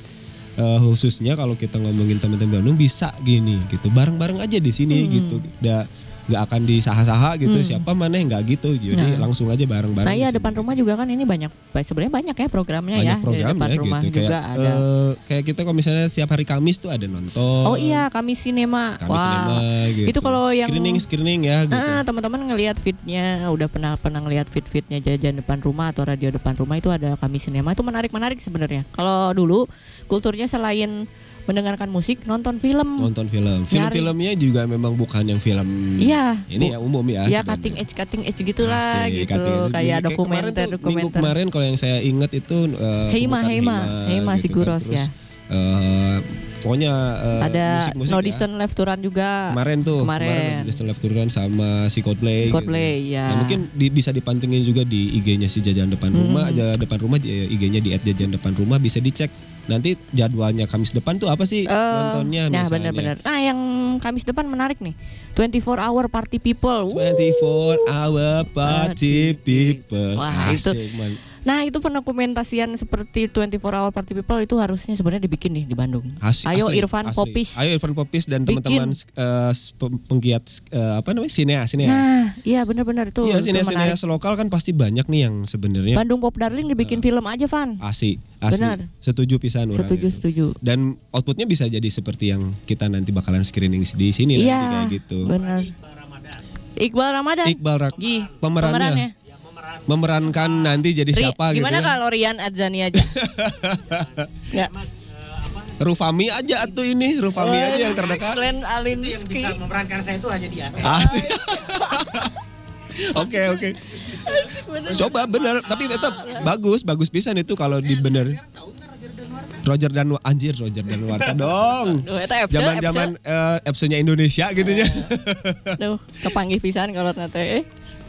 eh, khususnya kalau kita ngomongin teman-teman Bandung bisa gini gitu bareng-bareng aja di sini
Hmm.
gitu. Da, nggak akan disaha-saha gitu
Hmm.
siapa mana yang nggak gitu jadi
Nah.
langsung aja
Nah
bareng-bareng
iya
di sini.
depan rumah juga kan ini banyak, ba- sebenarnya banyak ya programnya ya
banyak
dari
program
depan
ya
rumah
gitu
juga
kayak
ada.
eh, kayak kita kalau misalnya setiap hari Kamis tuh ada nonton
oh iya kami sinema,
Kamis
wah.
cinema gitu
Itu kalau yang-
screening screening ya gitu
Ah, teman-teman ngelihat feednya udah pernah pernah ngelihat feed feednya jajan depan rumah atau radio depan rumah itu ada kami sinema itu menarik menarik sebenarnya kalau dulu kulturnya selain mendengarkan musik nonton film
nonton film film-filmnya juga memang bukan yang film
iya
ini ya umum ya
ya
sebenarnya.
cutting edge cutting edge gitulah
Asik,
gitu
cutting edge. Iya,
kayak
kemarin
dokumenter
tuh, minggu
dokumenter
kemarin kalau yang saya ingat itu eh,
Heima,
pemutaran
Heima. Heima si Guros,
gitu kan. Terus,
ya.
eh, pokoknya eh,
ada
musik-musik
no
ya.
distant left turan juga
kemarin tuh
Kemarin.
kemarin Distant Left to Run sama si Coldplay, gitu.
Coldplay ya Hmm.
Nah, mungkin di- bisa dipantengin juga di IG-nya si Jajan Depan
Mm-mm.
Rumah, aja Depan Rumah, eh, IG-nya di @jajan depan rumah bisa dicek. Nanti jadwalnya Kamis depan tuh apa
Eh,
sih nontonnya
nah
misalnya?
benar-benar nah yang Kamis depan menarik nih 24 hour party people Wuh.
24 hour party
Party people.
people.
Wah, itu-
man.
Nah itu pendokumentasian seperti 24 Hour Party People itu harusnya sebenarnya dibikin nih di Bandung.
Asli,
Ayo
asli,
Irfan
asli.
Popis.
Ayo Irfan Popis dan
Bikin.
teman-teman eh, pem- penggiat eh, apa namanya sineas sineas.
Nah iya benar-benar tuh.
Iya
itu
sineas
menarik.
sineas lokal kan pasti banyak nih yang sebenarnya
Bandung Pop Darling
Nah.
dibikin film aja Van.
asli asli
Benar.
setuju pisan orang
Setuju
itu.
setuju.
dan outputnya bisa jadi seperti yang kita nanti bakalan screening di sini nanti
Iya
kayak gitu.
benar. Iqbal Ramadan.
Iqbal Rak
Gih,
pemerannya, memerankan nanti jadi
Ri-
siapa gitu.
gimana
ya.
kalau Rian Adzani aja?
Ya.
Nggak.
Rufami aja atau ini Rufami aja yang terdekat.
Glenn
Yang
Alinsky.
bisa memerankan saya itu hanya dia.
Asik. Ah, Oke oke.
bener.
Coba bener tapi tetap bagus bagus pisan itu kalau di bener. Roger dan anjir Roger dan Warta dong.
Duh, eta Epsil,
Zaman zaman epsonya Indonesia gitu ya.
Epsil. Duh, kepanggih pisan kalau nate. Eh,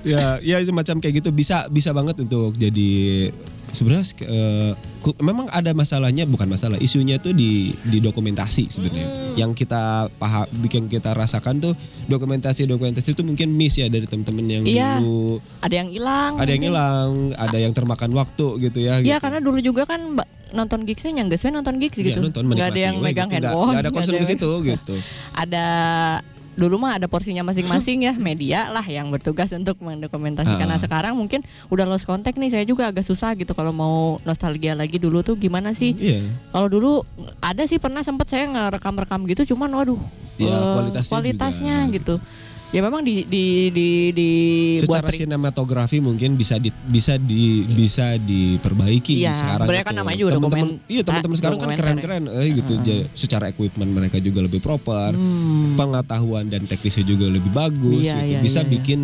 ya ya semacam kayak gitu bisa bisa banget untuk jadi sebenarnya eh, ku- memang ada masalahnya bukan masalah isunya tuh di di dokumentasi sebenarnya yang kita paham bikin kita rasakan tuh dokumentasi dokumentasi itu mungkin miss ya dari temen-temen yang
Iya.
dulu
ada yang hilang.
ada yang
mungkin.
hilang ada yang termakan waktu gitu
Iya
ya gitu.
karena dulu juga kan ba- nonton gigsnya nyangga saya nonton gigs
Iya,
gitu.
nonton,
nggak ada
menikmati,
yang
weh,
megang
gitu. Nggak-
handphone.
nggak ada
nggak
concern ke
yang-
situ gitu
Ada dulu mah ada porsinya masing-masing ya media lah yang bertugas untuk mendokumentasikan. Nah
Ah.
sekarang mungkin udah lost contact nih saya juga agak susah gitu kalau mau nostalgia lagi dulu tuh gimana sih?
iya
Kalau dulu ada sih pernah sempet saya ngerekam-rekam gitu cuman waduh
Iya,
eh,
kualitasnya
kualitasnya
juga.
gitu. Ya memang di di di di buat
secara
pri-
sinematografi mungkin bisa di, bisa di bisa diperbaiki
Iya,
sekarang
mereka kan
gitu.
namanya juga
Teman-teman-
dokumen-
iya teman-teman
ah,
sekarang kan
dokumenter ya.
keren-keren eh, gitu Jadi, secara equipment mereka juga lebih proper pengetahuan dan teknisnya juga lebih bagus
Hmm. Iya,
gitu.
iya,
bisa
iya, iya.
bikin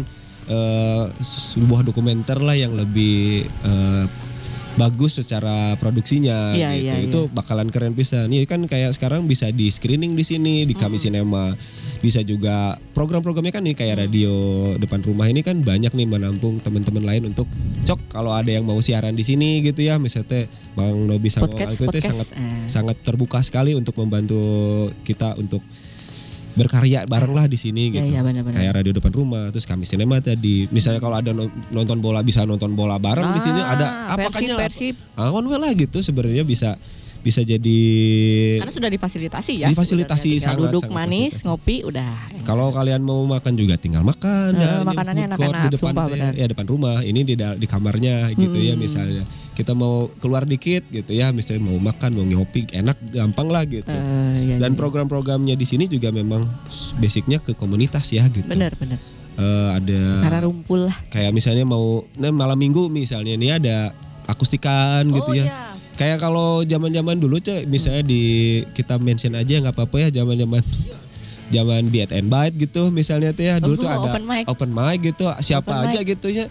eh, sebuah dokumenter lah yang lebih eh, bagus secara produksinya
Iya,
gitu.
iya,
itu bakalan keren pisan. Iya kan kayak sekarang bisa di screening di sini di Kami Cinema. Bisa juga program-programnya kan nih
Mm.
kayak radio depan rumah ini kan banyak nih menampung teman-teman lain untuk cok kalau ada yang mau siaran di sini gitu ya misalnya Bang Nobi sama
podcast
Angku itu
podcast.
sangat
eh.
sangat terbuka sekali untuk membantu kita untuk berkarya bareng lah di
Iya,
sini gitu.
iya, benar-benar.
Kayak radio depan rumah, terus kami sinema tadi. Misalnya kalau ada no- nonton bola bisa nonton bola bareng di sini
Ah,
ada
Persib,
apakahnya
Persib.
awan we lah gitu sebenarnya bisa bisa jadi
Karena sudah difasilitasi ya. Udah
Difasilitasi,
tinggal
sangat,
duduk
sangat
manis,
fasilitasi.
ngopi udah.
kalau kalian mau makan juga tinggal makan
Eh,
ya, ini
makanannya
food court
enak-enak,
di depan
sumpah,
teh,
benar.
ya depan rumah ini di da- di kamarnya gitu ya
Hmm.
misalnya kita mau keluar dikit gitu ya misalnya mau makan mau ngopi enak gampang lah gitu
Eh, iya,
dan
iya.
program-programnya di sini juga memang basicnya ke komunitas ya gitu
bener bener.
Eh, ada
Karena rumpul lah.
kayak misalnya mau nah, malam minggu misalnya ini ada akustikan gitu ya
iya.
kayak kalau zaman-zaman dulu cek misalnya di kita mention aja nggak apa-apa ya zaman-zaman zaman beat and bite gitu misalnya tuh ya dulu tuh
Oh,
ada
open mic.
open mic gitu siapa
Open
aja
mic. Hmm.
gitu ya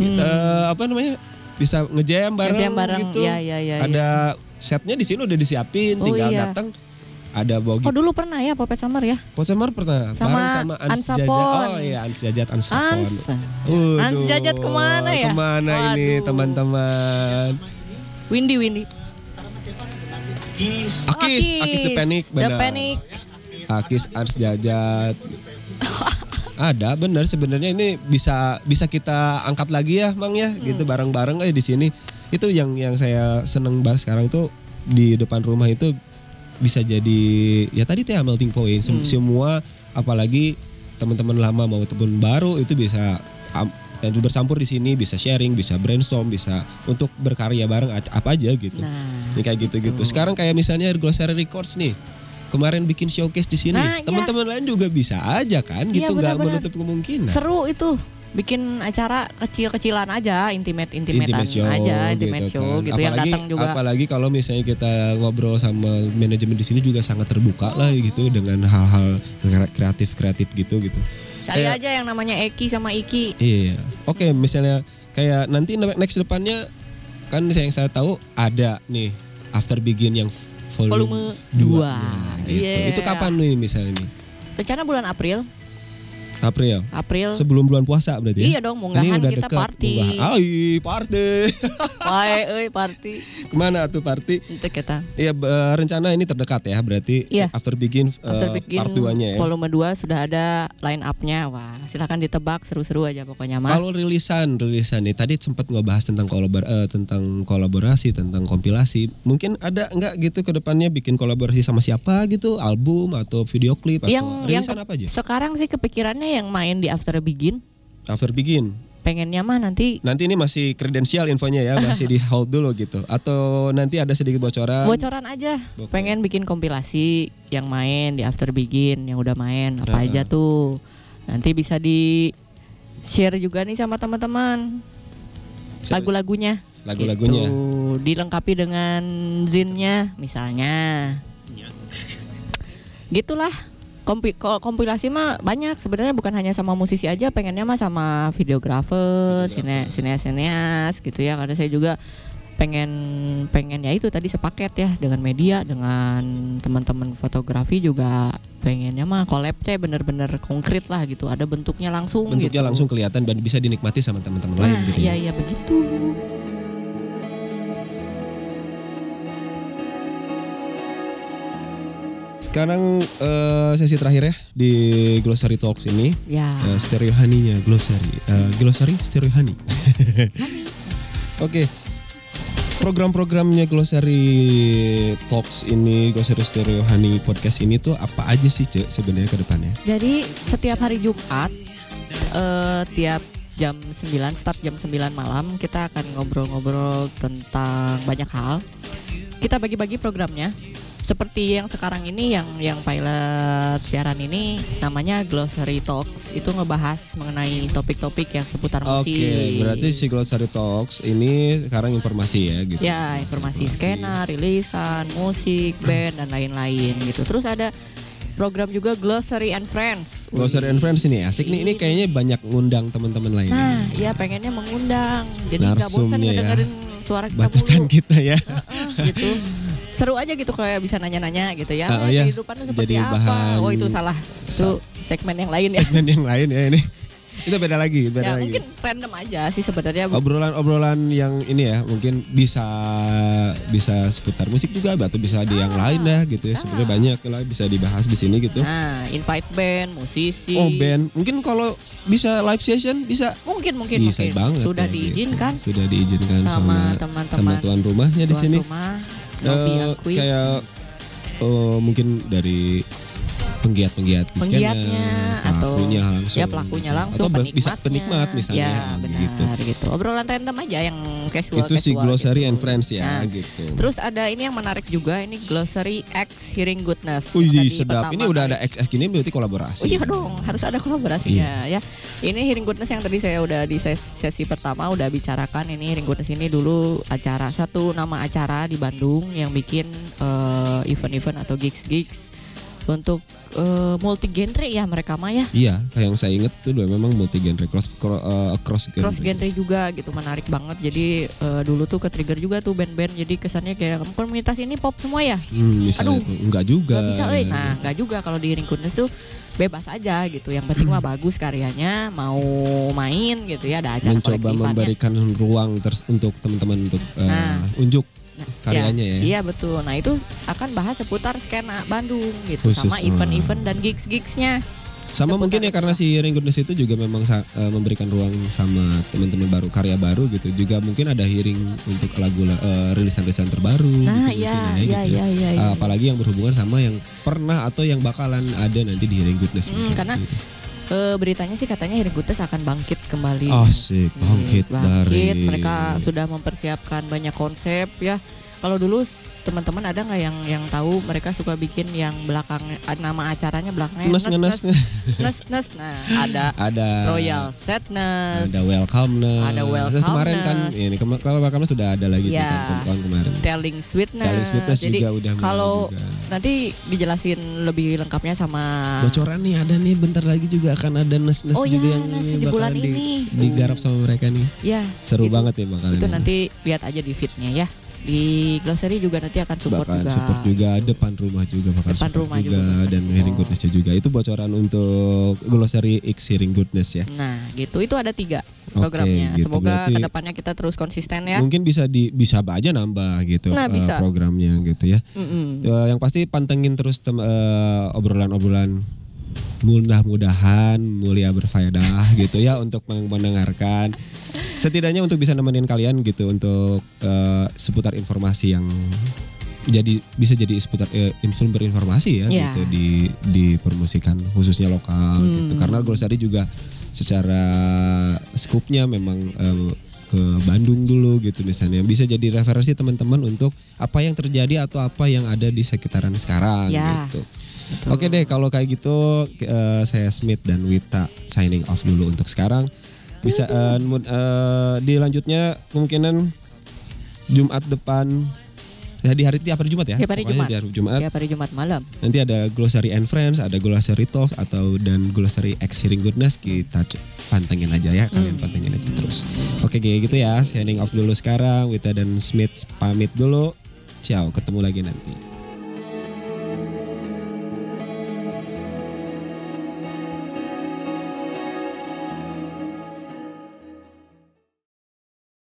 kita apa namanya bisa ngejam bareng,
Ngejam bareng,
gitu
ya, ya, ya,
ada setnya di sini udah disiapin
Oh,
tinggal
iya.
datang ada bawa
Oh
gitar
dulu pernah ya Popet Summer ya?
Pocemar
Sama
pernah bareng sama Ans
Ans
Jajat.
Sapon.
Oh iya Ans Jajat Ans Sapon.
Ans.
Waduh,
Ans Jajat kemana ya?
Kemana ini
Waduh.
teman-teman?
Windy Windy.
Akis, Akis The Panic,
The
benar.
Panic.
Akis Ans Jajat. Ada benar sebenarnya ini bisa bisa kita angkat lagi ya Mang ya gitu bareng-bareng aja di sini. Itu yang yang saya seneng banget sekarang itu di depan rumah itu bisa jadi ya tadi teh melting point Sem- semua apalagi teman-teman lama mau teman baru itu bisa am- dan bercampur di sini bisa sharing bisa brainstorm bisa untuk berkarya bareng a- apa aja gitu
Nah.
Ini kayak gitu-gitu. Sekarang kayak misalnya Glossary Records nih. Kemarin bikin showcase di sini.
Nah, iya.
Teman-teman lain juga bisa aja kan
Iya,
gitu nggak
benar-benar.
menutup kemungkinan.
Seru itu. Bikin acara kecil-kecilan aja, intimate-intimatean
Intimate show
aja, intimate
gitu
show
kan.
gitu yang
apalagi,
datang juga.
Apalagi kalau misalnya kita ngobrol sama manajemen di sini juga sangat terbuka lah gitu dengan hal-hal kreatif-kreatif gitu gitu.
Cari
Kayak-
aja yang namanya Eki sama Iki.
Iya. Oke, misalnya kayak nanti ne- next depannya kan saya yang saya tahu ada nih After Begin yang volume,
Volume
2.
dua.
gitu.
Iya.
Itu kapan nih misalnya nih?
Rencana bulan April,
April.
April.
Sebelum bulan puasa berarti ya?
Iya dong, munggahan
Ini udah
kita
deket,
party.
munggahan. Ai, party.
Wae euy party.
Kemana tuh party?
Itu kita.
Iya, b- eh, rencana ini terdekat ya berarti
Iya.
after begin, eh,
After Begin
part 2-nya ya.
volume 2 sudah ada line up-nya. Wah, silakan ditebak seru-seru aja pokoknya mah.
Kalau rilisan, rilisan nih tadi sempat ngebahas tentang kolabor eh, tentang kolaborasi, tentang kompilasi. Mungkin ada nggak gitu ke depannya bikin kolaborasi sama siapa gitu, album atau video klip atau
yang yang
rilisan apa aja?
sekarang sih kepikirannya yang main di After Begin
After begin.
pengennya mah nanti
Nanti ini masih kredensial infonya ya, masih di hold dulu gitu. Atau nanti ada sedikit bocoran.
bocoran aja
Bocoran.
pengen bikin kompilasi yang main di After Begin yang udah main apa aja tuh nanti bisa di share juga nih sama teman-teman
Share.
lagu-lagunya
Lagu-lagunya.
Gitu. dilengkapi dengan zinnya misalnya
Iya.
gitulah Kompi- ko- kompilasi mah banyak sebenarnya bukan hanya sama musisi aja pengennya mah sama videografer, sine- sineas-sineas gitu ya karena saya juga pengen pengen ya itu tadi sepaket ya dengan media dengan teman-teman fotografi juga pengennya mah collab teh bener-bener konkret lah gitu ada bentuknya langsung
bentuknya
gitu.
langsung kelihatan dan bisa dinikmati sama teman-teman lain
nah
gitu.
iya iya
ya.
begitu
Sekarang eh, sesi terakhir ya di Glossary Talks ini.
ya
Eh, stereo Honey-nya Glossary. Eh, glossary Stereo Honey. Oke. Program-programnya Glossary Talks ini, Glossary Stereo Honey podcast ini tuh apa aja sih, Cek, sebenarnya ke depannya?
Jadi setiap hari Jumat eh tiap jam 9 start jam 9 malam kita akan ngobrol-ngobrol tentang banyak hal. Kita bagi-bagi programnya. Seperti yang sekarang ini yang yang pilot siaran ini namanya Glossary Talks itu ngebahas mengenai topik-topik yang seputar
Oke,
musik.
berarti si Glossary Talks ini sekarang informasi ya gitu.
Ya, informasi skena, rilisan, musik, band dan lain-lain gitu. Terus ada program juga Glossary and Friends.
Glossary and Friends ini asik nih, ini kayaknya banyak ngundang teman-teman lain.
Nah, ya pengennya mengundang. Jadi nggak bosan
Narsumnya Iya. ya.
ngedengerin suara kita
Batutan
mulu
kita ya.
gitu. Seru aja gitu kalau bisa nanya-nanya gitu ya.
Ah, oh
Eh,
iya.
Kehidupan lu seperti
Jadi
apa?
bahan-
Oh, itu salah. Itu segmen yang lain ya.
segmen yang lain ya ini. Itu beda lagi, beda
Ya,
lagi.
mungkin random aja sih sebenarnya.
Oh, Obrolan-obrolan yang ini ya mungkin bisa bisa seputar musik juga atau bisa di yang lain dah gitu ya. Sebenarnya banyak lah bisa dibahas di sini gitu.
Nah, invite band, musisi.
Oh band, mungkin kalau bisa live session bisa
Mungkin mungkin
bisa
mungkin.
banget.
sudah
ya, gitu.
diizinkan
Sudah diizinkan
Sama
sama
teman-teman.
sama tuan rumahnya di
tuan
sini.
rumah. Novi
Eh,
Akui.
kayak eh, mungkin Oh, dari penggiat-penggiat di
Penggiatnya
scanner, pelakunya langsung.
Ya pelakunya langsung
Atau ba- bisa
penikmatnya.
penikmat misalnya,
Ya,
gitu.
benar gitu. Obrolan random aja yang casual
itu sih glossary and friends ya
Nah,
gitu.
Terus ada ini yang menarik juga ini glossary X hearing goodness.
Wih,
Yang tadi
sedap.
pertama
Ini udah
kali.
ada XX gini berarti kolaborasi.
Oh iya dong, harus ada kolaborasinya ya. Ini Hearing Goodness yang tadi saya udah di ses- sesi pertama udah bicarakan ini Hearing Goodness ini dulu acara satu nama acara di Bandung yang bikin eh, event-event atau gigs-gigs untuk multi genre ya mereka mah ya.
Iya, kayak yang saya inget tuh dua memang multi genre cross cro- eh, cross genre.
Cross genre juga gitu menarik banget. Jadi eh, dulu tuh ke trigger juga tuh band-band jadi kesannya kayak komunitas ini pop semua ya.
Hmm, misalnya
Aduh.
tuh, enggak juga.
Gak bisa, eh. Nah, nggak juga kalau di Hearing Goodness tuh bebas aja gitu. Yang penting mah bagus karyanya, mau main gitu ya, ada acara
mencoba
kolektifannya.
memberikan ruang ters- untuk teman-teman untuk eh,
Nah.
unjuk
Nah,
karyanya ya.
Iya betul. Nah itu akan bahas seputar skena Bandung gitu,
Khusus,
sama
ah.
event-event dan gigs-gigsnya.
Sama
Seputar
mungkin ya
itu.
karena si Ring Goodness itu juga memang sa- eh, memberikan ruang sama teman-teman baru karya baru gitu. Juga mungkin ada hearing untuk lagu eh, rilisan-rilisan terbaru.
Nah
gitu
iya,
mungkin ya,
iya,
gitu ya.
iya, iya.
Eh,
iya.
apalagi yang berhubungan sama yang pernah atau yang bakalan ada nanti di Hearing Goodness.
Hmm,
mungkin,
karena-
gitu.
Eh, beritanya sih katanya Hearing Goodness akan bangkit kembali.
Asik, bangkit
Bangkit.
dari-
Mereka sudah mempersiapkan banyak konsep ya. Kalau dulu s- teman-teman ada nggak yang yang tahu mereka suka bikin yang belakang eh, nama acaranya belakangnya
Nes, nes, nes.
nes, nes. Nah, ada
ada
Royal Sadness,
Ah. ada welcomeness.
Ada
Terus kemarin kan
welcomeness.
ini kema- kalau welcomeness sudah ada lagi tuh
Ya.
kan tahun kemarin.
Telling Sweetness.
Telling Sweetness
Jadi
juga udah mulai
kalau-
juga.
nanti dijelasin lebih lengkapnya sama
bocoran nih ada nih bentar lagi juga akan ada nes-nes
Ah. Oh
juga
ya,
yang
nes
ini
di bulan
bakalan di-
ini.
digarap sama mereka nih.
Ya,
Seru
Itu-
banget ya bakalan.
itu
ya.
nanti lihat aja di feednya ya. Di glossary juga nanti akan support
bakalan
juga.
support juga depan rumah juga
Depan
bakal support
rumah
juga,
juga bakalan
dan
support.
hearing goodness juga itu bocoran untuk glossary X hearing goodness ya
Nah, gitu itu ada tiga
Oke,
programnya.
gitu.
Semoga
Berarti-
kedepannya kita terus konsisten ya.
mungkin bisa di bisa aja nambah gitu
Nah,
eh,
bisa. Hmm.
programnya gitu ya
Mm-mm.
Eh, yang pasti pantengin terus tem- eh, obrolan-obrolan mudah-mudahan mulia berfaedah gitu ya untuk meng- mendengarkan setidaknya untuk bisa nemenin kalian gitu untuk eh, seputar informasi yang jadi bisa jadi seputar eh, info- berinformasi ya
Ya.
gitu di di permusikan khususnya lokal
Hmm.
gitu karena Glossary juga secara skupnya memang eh, ke Bandung dulu gitu misalnya bisa jadi referensi teman-teman untuk apa yang terjadi atau apa yang ada di sekitaran sekarang
Ya.
gitu. Oke deh kalau kayak gitu eh, saya Smith dan Wita signing off dulu untuk sekarang. Bisa eh, mun- eh, di lanjutnya kemungkinan Jumat depan ya di hari tiap hari Jumat ya.
Tiap hari
Pokoknya
Jumat.
di hari Jumat.
Tiap hari Jumat malam.
Nanti ada glossary and friends, ada glossary talk atau dan glossary X hearing goodness kita c- pantengin aja ya kalian pantengin aja terus. Oke kayak gitu ya, signing off dulu sekarang. Wita dan Smith pamit dulu. Ciao, ketemu lagi nanti.